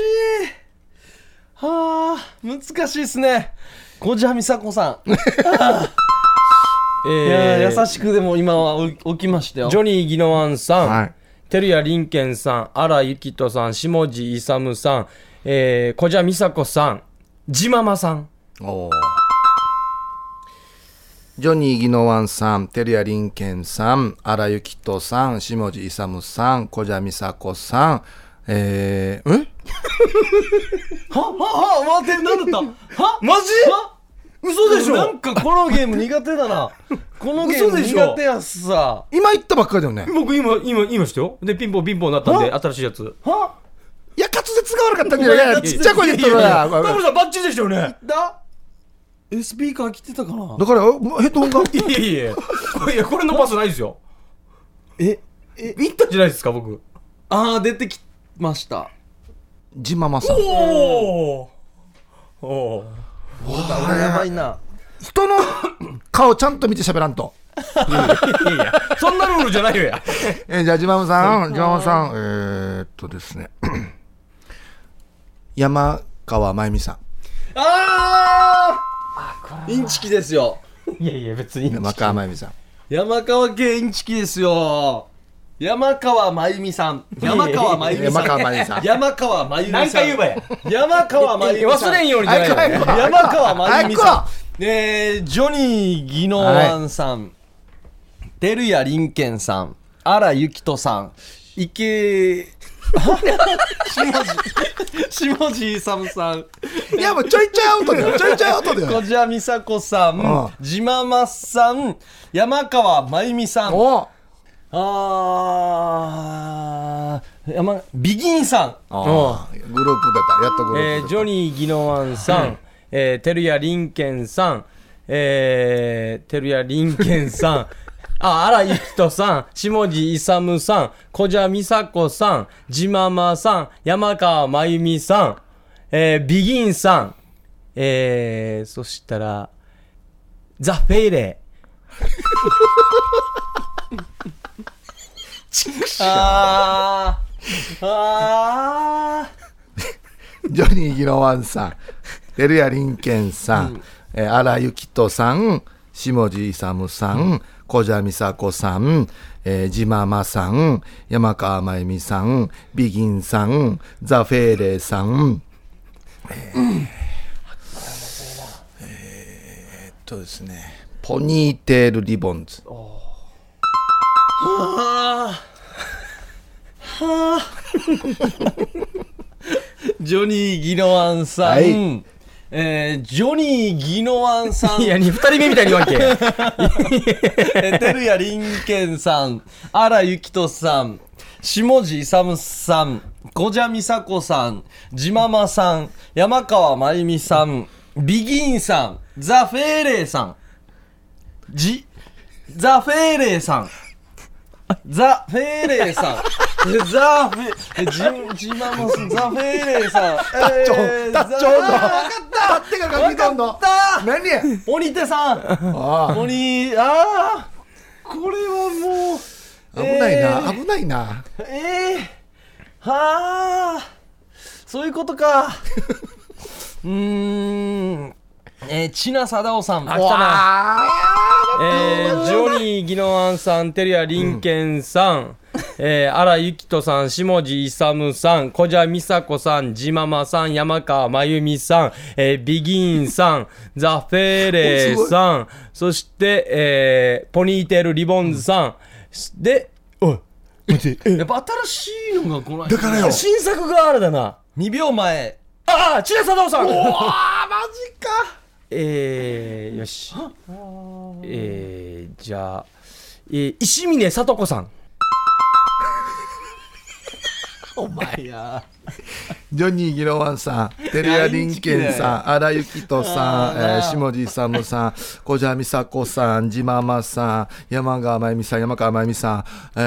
Speaker 1: はあ難しいですね小じはみさこさん、いや
Speaker 2: えー、
Speaker 1: 優しくでも今はお起きましたよ
Speaker 2: ジョニー・ギノアンさん、
Speaker 3: はい
Speaker 2: テルヤ・リンケンさん、荒井由紀人さん、下地勇さん、えー、小蛇美佐子さん、ジママさん。
Speaker 3: おージョニー・ギノワンさん、テリア・リンケンさん、荒井由紀人さん、下地勇さん、小蛇美佐子さん、えー、え
Speaker 1: ははは待って何だったは
Speaker 2: マジ
Speaker 1: は
Speaker 2: 嘘でし
Speaker 1: な
Speaker 2: ょ
Speaker 1: んかこのゲーム苦手だなこのゲーム
Speaker 2: 嘘でしょ
Speaker 1: 苦手やっさ
Speaker 3: 今言ったばっかりだよね。
Speaker 2: 僕今、今、今したよ。で、ピンポンピンポンなったんで、新しいやつ。
Speaker 1: はい
Speaker 3: や、滑舌が悪かったんじゃないいやちっちゃい声で言ったか
Speaker 2: やいやいやタ
Speaker 3: ら。
Speaker 2: モリさん、バッチリでしたよね。
Speaker 1: だえスピーカー来てたかな
Speaker 3: だから、もうヘッドホンが。
Speaker 2: いやいやいやこれ、いや、これのパスないですよ。
Speaker 1: え
Speaker 2: いったんじゃないですか、僕。
Speaker 1: ああ出てきました
Speaker 3: ジママさん。
Speaker 2: おおお
Speaker 1: あやばいな
Speaker 3: 人の顔ちゃんと見て喋らんと。
Speaker 2: いやいや、そんなルールじゃないよや。
Speaker 3: えーじゃあ、ジママさん、ジママさん、えーっとですね。山川真由美さん
Speaker 1: ああインチキですよ
Speaker 2: いやいや、別に。
Speaker 3: 山川真由美さん
Speaker 1: 山川系インチキですよ山川真由美さん山川真由美さ
Speaker 3: 山
Speaker 1: ん
Speaker 3: 川真由美さん
Speaker 1: 山川真由美さん
Speaker 2: 何回言えばや
Speaker 1: 山川真由美さん
Speaker 2: 忘れんようにじゃないよ
Speaker 3: あいこあいこ
Speaker 1: 山川真由美さ
Speaker 3: あ
Speaker 1: ん、えー、ジョニー・ギノワンさん、照屋林健さん、荒井由紀人さん、池、 下地、下地勇さん、
Speaker 3: いやもうちょいちょいアウトだ よちょいちょいアウトだ
Speaker 1: 小
Speaker 3: よ
Speaker 1: 島美佐子さ
Speaker 3: うん
Speaker 1: ん、じままさん、山川真由美さん、
Speaker 3: お
Speaker 1: あー、山、ビギンさん、
Speaker 3: あーグループだったやっとグル
Speaker 2: え
Speaker 3: ー
Speaker 2: ー
Speaker 3: プ
Speaker 2: ジョニー・ギノワンさん、えー、テルヤ・リンケンさん、えー、テルヤ・リンケンさん、あ、荒井由紀人さん、下地勇さん、小じゃ美佐子さん、じままさん、山川真由美さん、えー、ビギンさん、えー、そしたら、ザ・フェイレ
Speaker 1: あー、あー、
Speaker 3: ジョニー・ギロワンさん、テルヤ・リンケンさん、えー荒井由紀人さん、下地勇さん、小蛇美佐子さん、えー、ジママさん、山川真由美さん、ビギンさん、ザ・フェーレさん。えーえーっとですね、ポニーテール・リボンズ。
Speaker 1: ジョニー・ギノワンさん、
Speaker 3: はい
Speaker 1: えージョニー・ギノワンさん、
Speaker 2: ン。いや、二人目みたいに言わんけ。
Speaker 1: テルヤ・リンケンさん、荒井由紀人さん、下地勇さん、小じゃ美佐子さん、じままさん、山川真由美さん、ビギンさん、ザ・フェーレイさん、じ、ザ・フェーレイさん、ザ・フェーレイさん、ザ・フェ、じ、じままさん、ザ・フェーレイ さん、
Speaker 3: ちょ
Speaker 1: えー
Speaker 3: タッチョンの。立ってから書き込んの。
Speaker 1: ザ
Speaker 3: 何や
Speaker 1: 鬼手さん
Speaker 3: あ
Speaker 1: ここにああこれはもう
Speaker 3: ー危ないな、危ないな。
Speaker 1: ええはあそういうことかうーんえー、千奈貞夫さん
Speaker 2: あ、来たな。
Speaker 3: あー
Speaker 2: えー、ジョニー・ギノワンさん、テリア・リンケンさん、えー、荒井由紀人さん、下地勇さん、小じゃ美佐子さん、じままさん、山川真由美さん、えー、ビギンさん、ザ・フェーレーさん、そして、えー、ポニーテール・リボンズさん、で、おい、待って、え
Speaker 1: やっぱ新しいのがこの
Speaker 3: だからよ。
Speaker 2: 新作があれだな。
Speaker 1: 2秒前
Speaker 2: ああ、千田貞夫さ
Speaker 3: あ
Speaker 2: ん
Speaker 3: マジか
Speaker 2: えー、よし。えー、じゃあ、えー、石峰さと子さん。
Speaker 1: お前や
Speaker 3: ジョニー・ギロワンさん、テレア・リンケンさん、荒井由紀人さん、えー下地勇さん、小島美佐子さん、ジママさん、山川真由美さん、山川真由美さん、え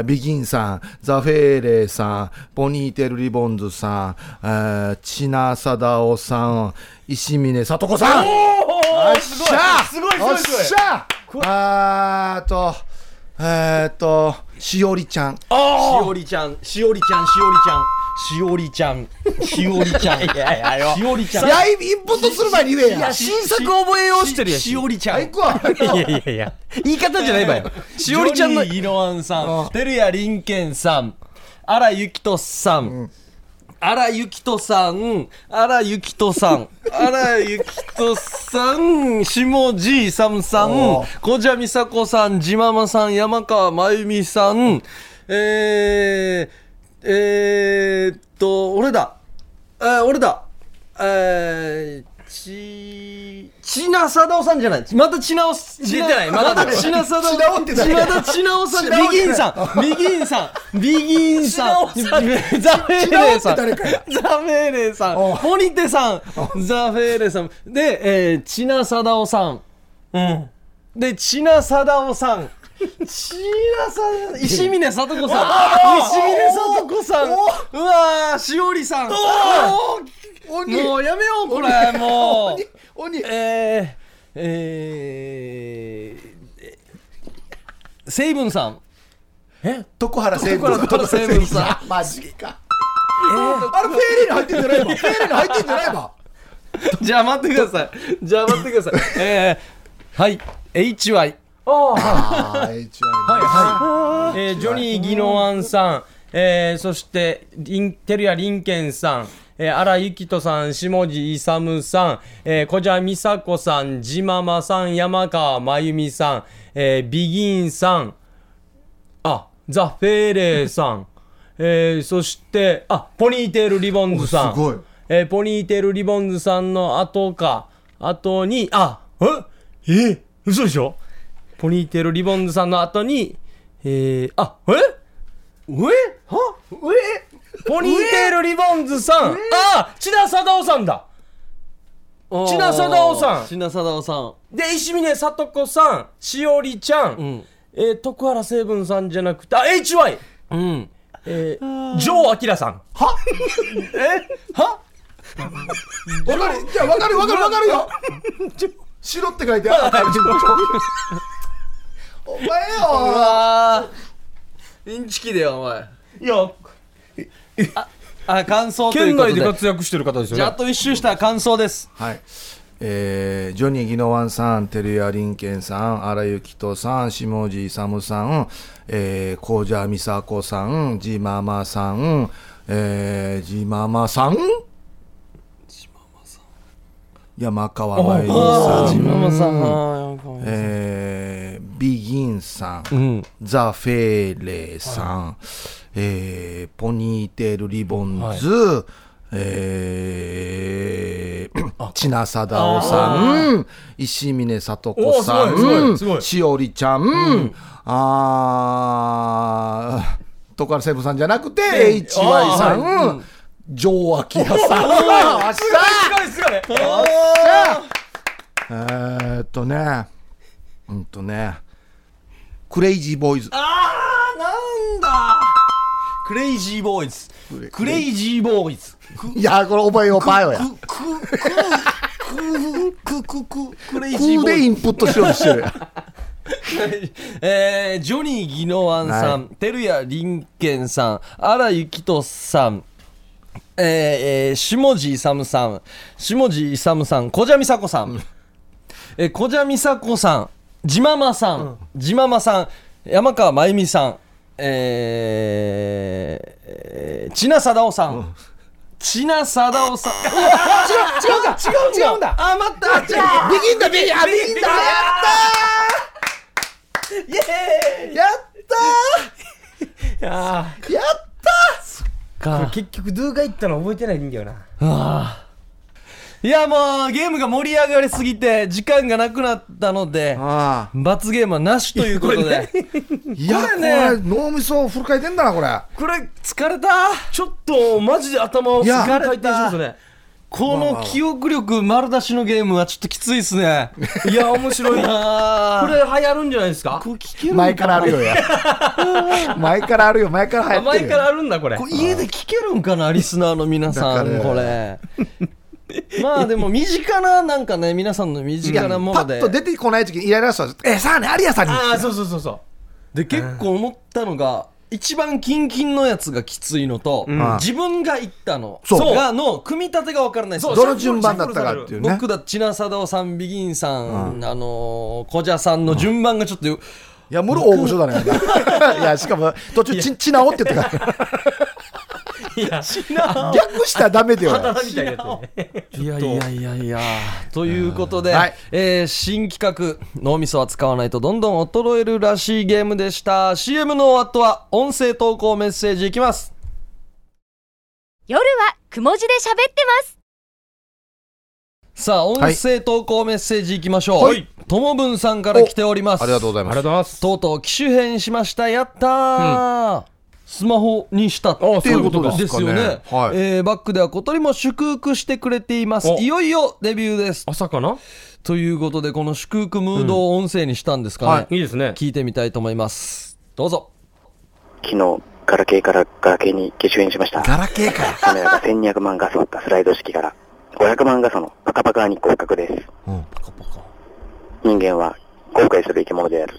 Speaker 3: ービギンさん、ザ・フェーレーさん、ポニーテール・リボンズさん、えー、千奈貞夫さん、石峰さと子さんおっしゃ
Speaker 1: すごいすごいすごい
Speaker 3: おっしゃあーっと、えーっと、しおりちゃん。
Speaker 1: しおりちゃんしおりちゃんしおりちゃんしおりちゃんしおりちゃん
Speaker 2: いやいやよ
Speaker 1: しおりちゃん
Speaker 3: いや、インプットする前に言えや。
Speaker 2: 新作覚えようしてるやん
Speaker 1: しおりちゃん
Speaker 3: はい、行くわ。
Speaker 2: いやいやいや、言い方じゃないわよ。 し
Speaker 1: し
Speaker 2: お
Speaker 1: お
Speaker 2: り
Speaker 1: り
Speaker 2: ち
Speaker 1: ち
Speaker 2: ゃ
Speaker 1: ゃ
Speaker 2: ん
Speaker 1: ん
Speaker 2: の
Speaker 1: の。イロワンさ
Speaker 3: うん
Speaker 1: ん、てるやりんけんさん、荒井由紀人さん、荒井由紀人さん、荒井由紀人さん、荒井由紀人さん、下地勇さん
Speaker 3: お、
Speaker 1: 小じゃ美佐子さん、じままさん、山川真由美さん、えー、えーっと、俺だ、えー、俺だ、えー、ち、ちなさだおさんじゃない。またちなお、出
Speaker 2: 出てないまだ
Speaker 1: まだちなさだお。
Speaker 3: ちなおって誰
Speaker 1: まだちなおさん。ビギンさん。ビギンさん。ビギンさん。ザフェーレさん。
Speaker 3: ちなおって誰かや
Speaker 1: ザフェーレさん。
Speaker 3: おう
Speaker 1: モニテさん。ザフェーレさん。で、えー、ちなさだおさん。うん。で、ちなさだおさん。ちなさ、石峰さと子さん。石峰さと子さん。うわー、しおりさん。
Speaker 3: 鬼、
Speaker 1: もうやめよう、これ、もう。
Speaker 3: 鬼、鬼、
Speaker 1: えー、えー、セイブンさん。
Speaker 3: 徳原成分。
Speaker 1: 徳原成文さん
Speaker 3: マジか。あれフェーレに入ってんじゃないわフェーレに入ってんじゃないわ
Speaker 1: じゃあ待ってください。じゃあ待ってください。 えー、はい。HY。
Speaker 3: あー HY
Speaker 2: はいはい、えージョニー・ギノアンさん、えーそしてリンテルヤ・リンケンさん、えー、荒井幸人さん、下地勇さん、えー、小蛇美佐子さん、ジママさん、山川真由美さん、えービギンさん、あザ・フェーレーさん、えーそしてあポニーテール・リボンズさん、
Speaker 3: おすごい
Speaker 2: えーポニーテール・リボンズさんの後か、後に、あええ嘘でしょポニーテール・リボンズさんの後に、えー、あええはポニーテール・リボンズさん、ああ千田貞夫さんだ千田貞夫さん
Speaker 1: 千田貞夫さん。
Speaker 2: で、石峰聡子さん、しおりちゃん、
Speaker 1: ん
Speaker 2: えー徳原成文さんじゃなくて、あ、HY!
Speaker 1: うん。
Speaker 2: えー、ジョー・アさん。
Speaker 3: わかるじゃあわかるわかるわかるよ白って書いてある お前
Speaker 1: う
Speaker 3: よ
Speaker 1: わー。インチキだよ、お前。
Speaker 2: いや、
Speaker 1: あ、感想という
Speaker 2: 県
Speaker 1: こと
Speaker 2: 内
Speaker 1: で。
Speaker 2: で活躍してる方です
Speaker 1: じゃあ、
Speaker 2: よ
Speaker 1: あ
Speaker 2: ね。
Speaker 1: と一周したら感想です。
Speaker 3: はいえージョニー・ギノワンさん、テルヤ・リンケンさん、荒井幸人さん、下地勇さん、えー、コージャー・ミサコさん、ジママさん、えー、ジママさん山川真由美さん、
Speaker 1: ジママさん。
Speaker 3: えービギンさん、
Speaker 1: ん
Speaker 3: ザ・フェーレーさん、えーポニーテール・リボンズ、えー、千奈貞夫さん、石峰聡子さ
Speaker 2: おーすごいすごい
Speaker 3: ん
Speaker 2: すご、い
Speaker 3: しおりちゃん、あー、トカルセブさんじゃなくて、HY さん、ジョー・アキラさん。よっしゃー
Speaker 2: すごいすごい
Speaker 3: えーっとね、うんとね、クレイジーボーイズ。
Speaker 1: あー、なんだクレイジーボーイズ。クレイジーボーイズ。
Speaker 3: いや、これ、おばえよ、おばえよや。
Speaker 1: く、く、く、く、く、く、クレイジーボーイ
Speaker 3: 空
Speaker 1: ズ
Speaker 3: で。インプットしようとしてるやん。
Speaker 1: えージョニー・ギノワンさん、照屋林健さん、荒井幸人さん、えーえー下地勇さん、下地勇さん、小蛇美佐子さん、えー小蛇美佐子さん、地ママさん、地ママさん、山川真由美さん、えーえー、千奈貞夫さん、千奈貞夫さん、違う、違うか、違う、違うんだ、あ、待った、違う。
Speaker 3: ビギンだ、ビギンだ、ビギンだやっ
Speaker 2: あ
Speaker 3: たーやった
Speaker 2: ー結局、ドゥーが言ったの覚えてないんだよな。
Speaker 1: あーいやもうゲームが盛り上がりすぎて時間がなくなったので
Speaker 3: ああ。
Speaker 1: 罰ゲームはなしということで
Speaker 3: いや、こ
Speaker 1: これ
Speaker 3: れ
Speaker 1: ね
Speaker 3: 脳みそフル回転だな、これ。
Speaker 1: これ疲れた
Speaker 2: ちょっと、マジで頭を
Speaker 3: いや
Speaker 2: 回転しますね。
Speaker 1: この記憶力丸出しのゲームはちょっときついっすね
Speaker 2: いや、面白い。こ
Speaker 1: あ
Speaker 2: れ、流行るんじゃないですか
Speaker 1: これ聞ける
Speaker 3: 前からあるよ、や。前からあるよ、前から入
Speaker 2: あ
Speaker 3: って
Speaker 2: 前
Speaker 3: る
Speaker 2: か
Speaker 3: よ。
Speaker 2: らあるんだ、これ。
Speaker 1: これ家で聞けるんかなリスナーの皆さん
Speaker 3: だ
Speaker 1: こ
Speaker 3: か
Speaker 1: れまあでも身近ななんかね皆さんの身
Speaker 3: いや
Speaker 1: 近
Speaker 3: パ
Speaker 1: なもの
Speaker 3: ッ
Speaker 1: で
Speaker 3: と出てこない時にイライラしたら、え、さあね、有谷さんに。
Speaker 2: ああ、そうそうそうそう。
Speaker 1: で結構思ったのが一番キンキンのやつがきついのと、
Speaker 3: ん
Speaker 1: 自分が行ったの
Speaker 3: そう
Speaker 1: がの組み立てが分からないんですよ
Speaker 2: そう
Speaker 3: どの順番だったかっていうね
Speaker 1: 僕。だ千奈貞夫さんビギンさん、あのー、小蛇さんの順番がちょっと、
Speaker 3: いや、もろ大御所だね。 いや、しかも、途中、ち、ちなおって言ってたから。
Speaker 2: いや、
Speaker 3: 略したらダメだよ。
Speaker 2: 刀みたいなやつね。
Speaker 1: いやいやいやいやということで、
Speaker 3: はい
Speaker 1: えー新企画脳みそは使わないとどんどん衰えるらしいゲームでした CM の後は音声投稿メッセージいきます
Speaker 4: 夜はくも字で喋ってます。
Speaker 1: さあ音声投稿メッセージいきましょう、
Speaker 3: はい
Speaker 1: ともぶんさんから来ております
Speaker 3: ありがとうござい
Speaker 2: あ
Speaker 3: ます。
Speaker 2: とうございます。
Speaker 1: とうとう機種変しましたやったー、スマホにしたって
Speaker 2: そういうこと
Speaker 3: ですかね
Speaker 1: ですよね
Speaker 3: はい
Speaker 1: えーバックでは小鳥も祝福してくれています
Speaker 2: お
Speaker 1: いよいよデビューです
Speaker 2: 朝かな
Speaker 1: ということでこの祝福ムードを音声にしたんですかね、
Speaker 3: はい
Speaker 2: いですね。
Speaker 1: 聞いてみたいと思いますどうぞ
Speaker 6: 昨日、ガラケーからガラケーに機種変しました。
Speaker 3: ガラケーか。
Speaker 6: カメラが1200万画素、スライド式から500万画素のパカパカに合格です。
Speaker 3: うん、パカパカ。
Speaker 6: 人間は後悔する生き物である。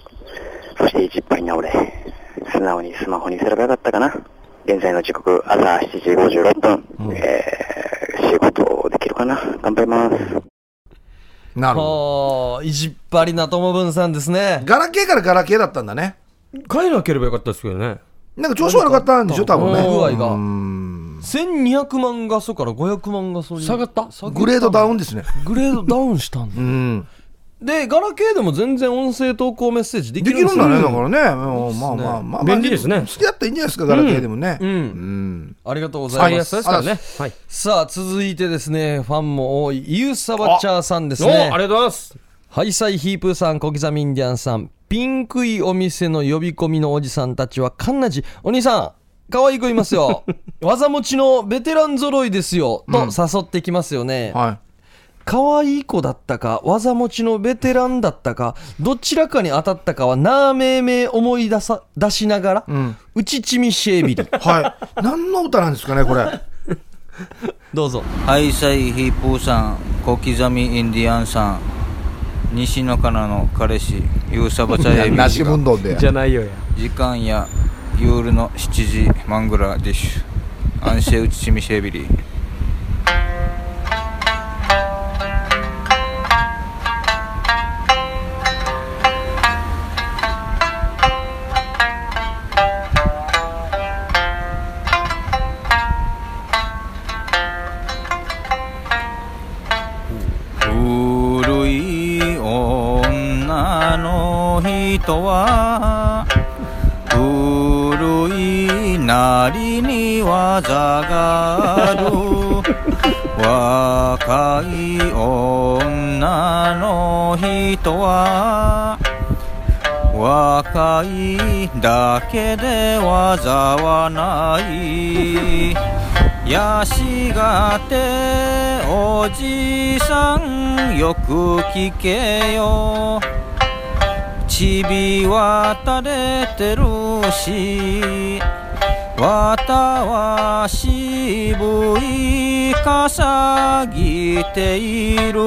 Speaker 6: そして一っぱり治れ。素直にスマホにすればよかったかな。現在の時刻、朝7時56分、えー、仕事できるかな頑張ります。
Speaker 3: なるほ
Speaker 1: ほう、意地っ張りな友文さんですね
Speaker 3: ど。。ガラケーからガラケーだったんだね
Speaker 2: 帰らなければよかったですけどね。
Speaker 3: なんか調子悪かったんでしょ多分ね
Speaker 1: 具合が
Speaker 3: うん
Speaker 1: 1200万画素から500万画素に
Speaker 2: 下がった
Speaker 3: グレードダ
Speaker 1: ン。
Speaker 3: ウンですね
Speaker 1: グレードダウンしたんだ
Speaker 3: う。ん
Speaker 1: で、ガラケーでも全然音声投稿メッセージでき
Speaker 3: で
Speaker 1: る
Speaker 3: きるんだね、だ
Speaker 1: ね。
Speaker 3: からね。もうまあまあまあまあ。
Speaker 2: 便利ですね
Speaker 3: 付き合ったらいいんじゃないですか、ガラケーでもね。
Speaker 1: う。
Speaker 3: うんん。
Speaker 1: ありがとうござ
Speaker 2: 最
Speaker 1: いま
Speaker 2: 安
Speaker 1: す。
Speaker 2: ですからね。はい。
Speaker 1: さあ、続いてですね、ファンも多い、ユーサバチャーさんですね。
Speaker 2: がとうございます。
Speaker 1: ハイサイヒープーさん、小刻みインディアンさん、ピンクいお店の呼び込みのおじさんたちはカンナジ、お兄さん、可愛い子いますよ。技持ちのベテラン揃いですよ。と誘ってきますよね。
Speaker 3: は
Speaker 1: 可愛い子だったか、技持ちのベテランだったか、どちらかに当たったかは、なあめいめい思い出さ、出しながら、
Speaker 3: ん
Speaker 1: うちちみしえびり。
Speaker 3: い。 はい。何の歌なんですかね、これ。
Speaker 1: どうぞ。
Speaker 7: ハイサイヒープーさん小刻みインディアンさん西野カナの彼氏ユーサバチャエビ
Speaker 3: なし運動で。
Speaker 2: じゃないよや。
Speaker 7: 時間や夜の7時マングラディッシュアンシェウチチミシェビリ古い女の人は古いなりに技がある若い女の人は若いだけで技はないやしがておじさんよく聞けよちびは垂れてるしわたは渋いかさぎている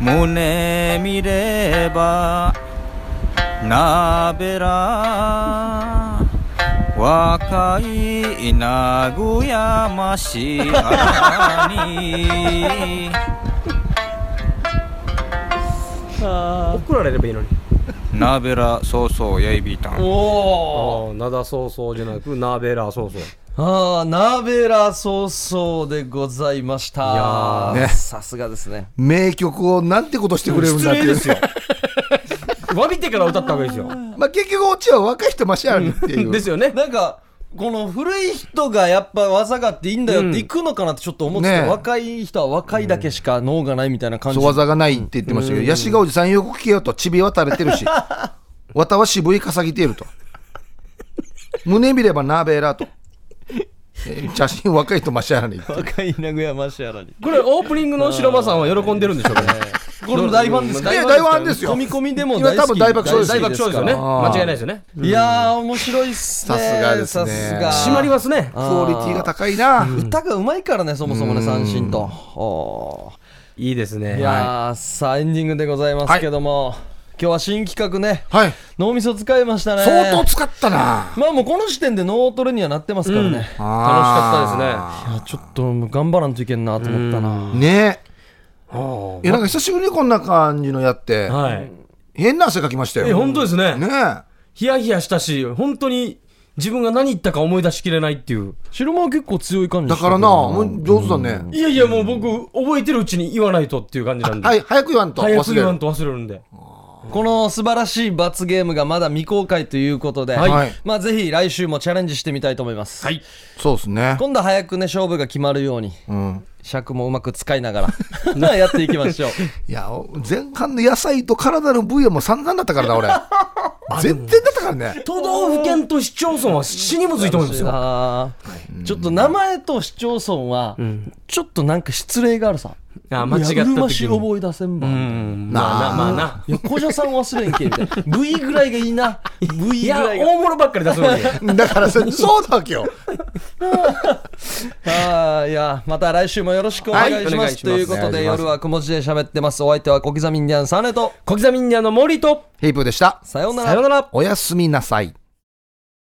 Speaker 7: 胸見ればなべら若い名古屋ましあに
Speaker 2: 送られればいいのに。
Speaker 7: なべらそうそうやいびたん
Speaker 2: ああ、なだそうそうじゃなく、なべらそうそう。
Speaker 1: ああ、ナベラ早々でございました。
Speaker 2: いや
Speaker 3: ーね
Speaker 1: さすがですね。
Speaker 3: 名曲をなんてことしてくれるんだっていう。
Speaker 2: 詫びてから歌った方がいいですよ。
Speaker 3: まあ結局、オチは若い人マシあるっていう。
Speaker 2: ですよね。
Speaker 1: なんか、この古い人がやっぱ技があっていいんだよっていくのかなってちょっと思ってた、
Speaker 3: ねえ
Speaker 1: 若い人は若いだけしか脳がないみたいな感じ。
Speaker 3: そう技がないって言ってましたけど、ヤシがおじさんよく聞けよと、ちびは垂れてる し、わたは渋いかさぎていると。胸見ればなべらと。え写真若い人マシあらにっていう
Speaker 1: 若い名古屋マシャラに。
Speaker 2: これ、オープニングの白間さんは喜んでるんでしょうかね。
Speaker 1: これも大ファンですか
Speaker 3: いや大ファンですよ
Speaker 1: 込み込みでも大好き
Speaker 3: いや多分大爆笑です
Speaker 2: 大爆笑ですよね。
Speaker 1: から
Speaker 2: 間違いないですよね。
Speaker 1: いやー、面白いっすね。
Speaker 3: さすがですね
Speaker 1: さす
Speaker 2: 締
Speaker 1: が
Speaker 2: まりますね。
Speaker 1: あ
Speaker 3: クオリティが高いな。
Speaker 1: 歌がうまいからね、そもそもね、三振と。おー
Speaker 2: いいですね。
Speaker 1: いやー、さあ、エンディングでございますけども、今日は新企画ね、
Speaker 3: はい。
Speaker 1: 脳みそ使いましたね。
Speaker 3: 相当使ったな。
Speaker 1: まあもうこの時点で脳トレにはなってますからね。
Speaker 3: 楽し
Speaker 2: 楽しか
Speaker 1: いやちょっともう頑張らんといけんなと思ったな。
Speaker 3: ったですね。ねえ。い
Speaker 2: ったですね。
Speaker 3: やなんか久しぶりにこんな感じのやって、
Speaker 2: はい。
Speaker 3: 変な汗かきましたよ。
Speaker 2: え、本当ですね。
Speaker 3: ね
Speaker 2: ヒヤヒヤしたし、本当に自分が何言ったか思い出しきれないっていう。
Speaker 1: 白間は結構強い感
Speaker 3: え
Speaker 1: じ
Speaker 3: だ
Speaker 1: した
Speaker 3: か
Speaker 1: けど
Speaker 3: らな、もう上手だね。
Speaker 2: いやいや、もう僕、覚えてるうちに言わないとっていう感じなんで。
Speaker 3: はい、早く言わんと。
Speaker 2: 早く言わん
Speaker 3: と。
Speaker 2: と忘れるんで。
Speaker 1: この素晴らしい罰ゲームがまだ未公開ということで、
Speaker 2: はい
Speaker 3: はい
Speaker 1: まあぜひ来週もチャレンジしてみたいと思います。
Speaker 2: はい
Speaker 3: そうですね。
Speaker 1: 今度は早くね、勝負が決まるように、
Speaker 3: うん。
Speaker 1: 尺もうまく使いながら、まあやっていきましょう。
Speaker 3: いや、前半の野菜と体の部位はもう散々だったからな、俺。 全然だったからね。
Speaker 2: 都道府県と市町村は死にむずいと思うんですよ。
Speaker 1: あーちょっと名前と市町村は、ちょっとなんか失礼があるさ。
Speaker 2: あ間違った
Speaker 1: いやうるま
Speaker 2: 時
Speaker 1: し
Speaker 2: に。
Speaker 1: 覚え出せんば。。
Speaker 2: うん、まあな、まあない
Speaker 1: や、小者さん忘れんけ、みたいな。V ぐらいがいいな。V
Speaker 2: い
Speaker 1: ぐ
Speaker 2: や、
Speaker 1: らいが。
Speaker 2: 大物ばっかり出すのに。
Speaker 3: だからそれ、そうだわけ よ。
Speaker 1: あーいや、また来週もよろしくお願いします。
Speaker 2: はいお願いします
Speaker 1: ということで、夜はくも字で喋ってます。お相手は小刻みインディアンサネと、
Speaker 2: 小刻みインディアンの森と、
Speaker 3: ヘイプーでした。
Speaker 1: さような
Speaker 2: さ
Speaker 1: ら
Speaker 2: よ。なら。
Speaker 3: おやすみなさい。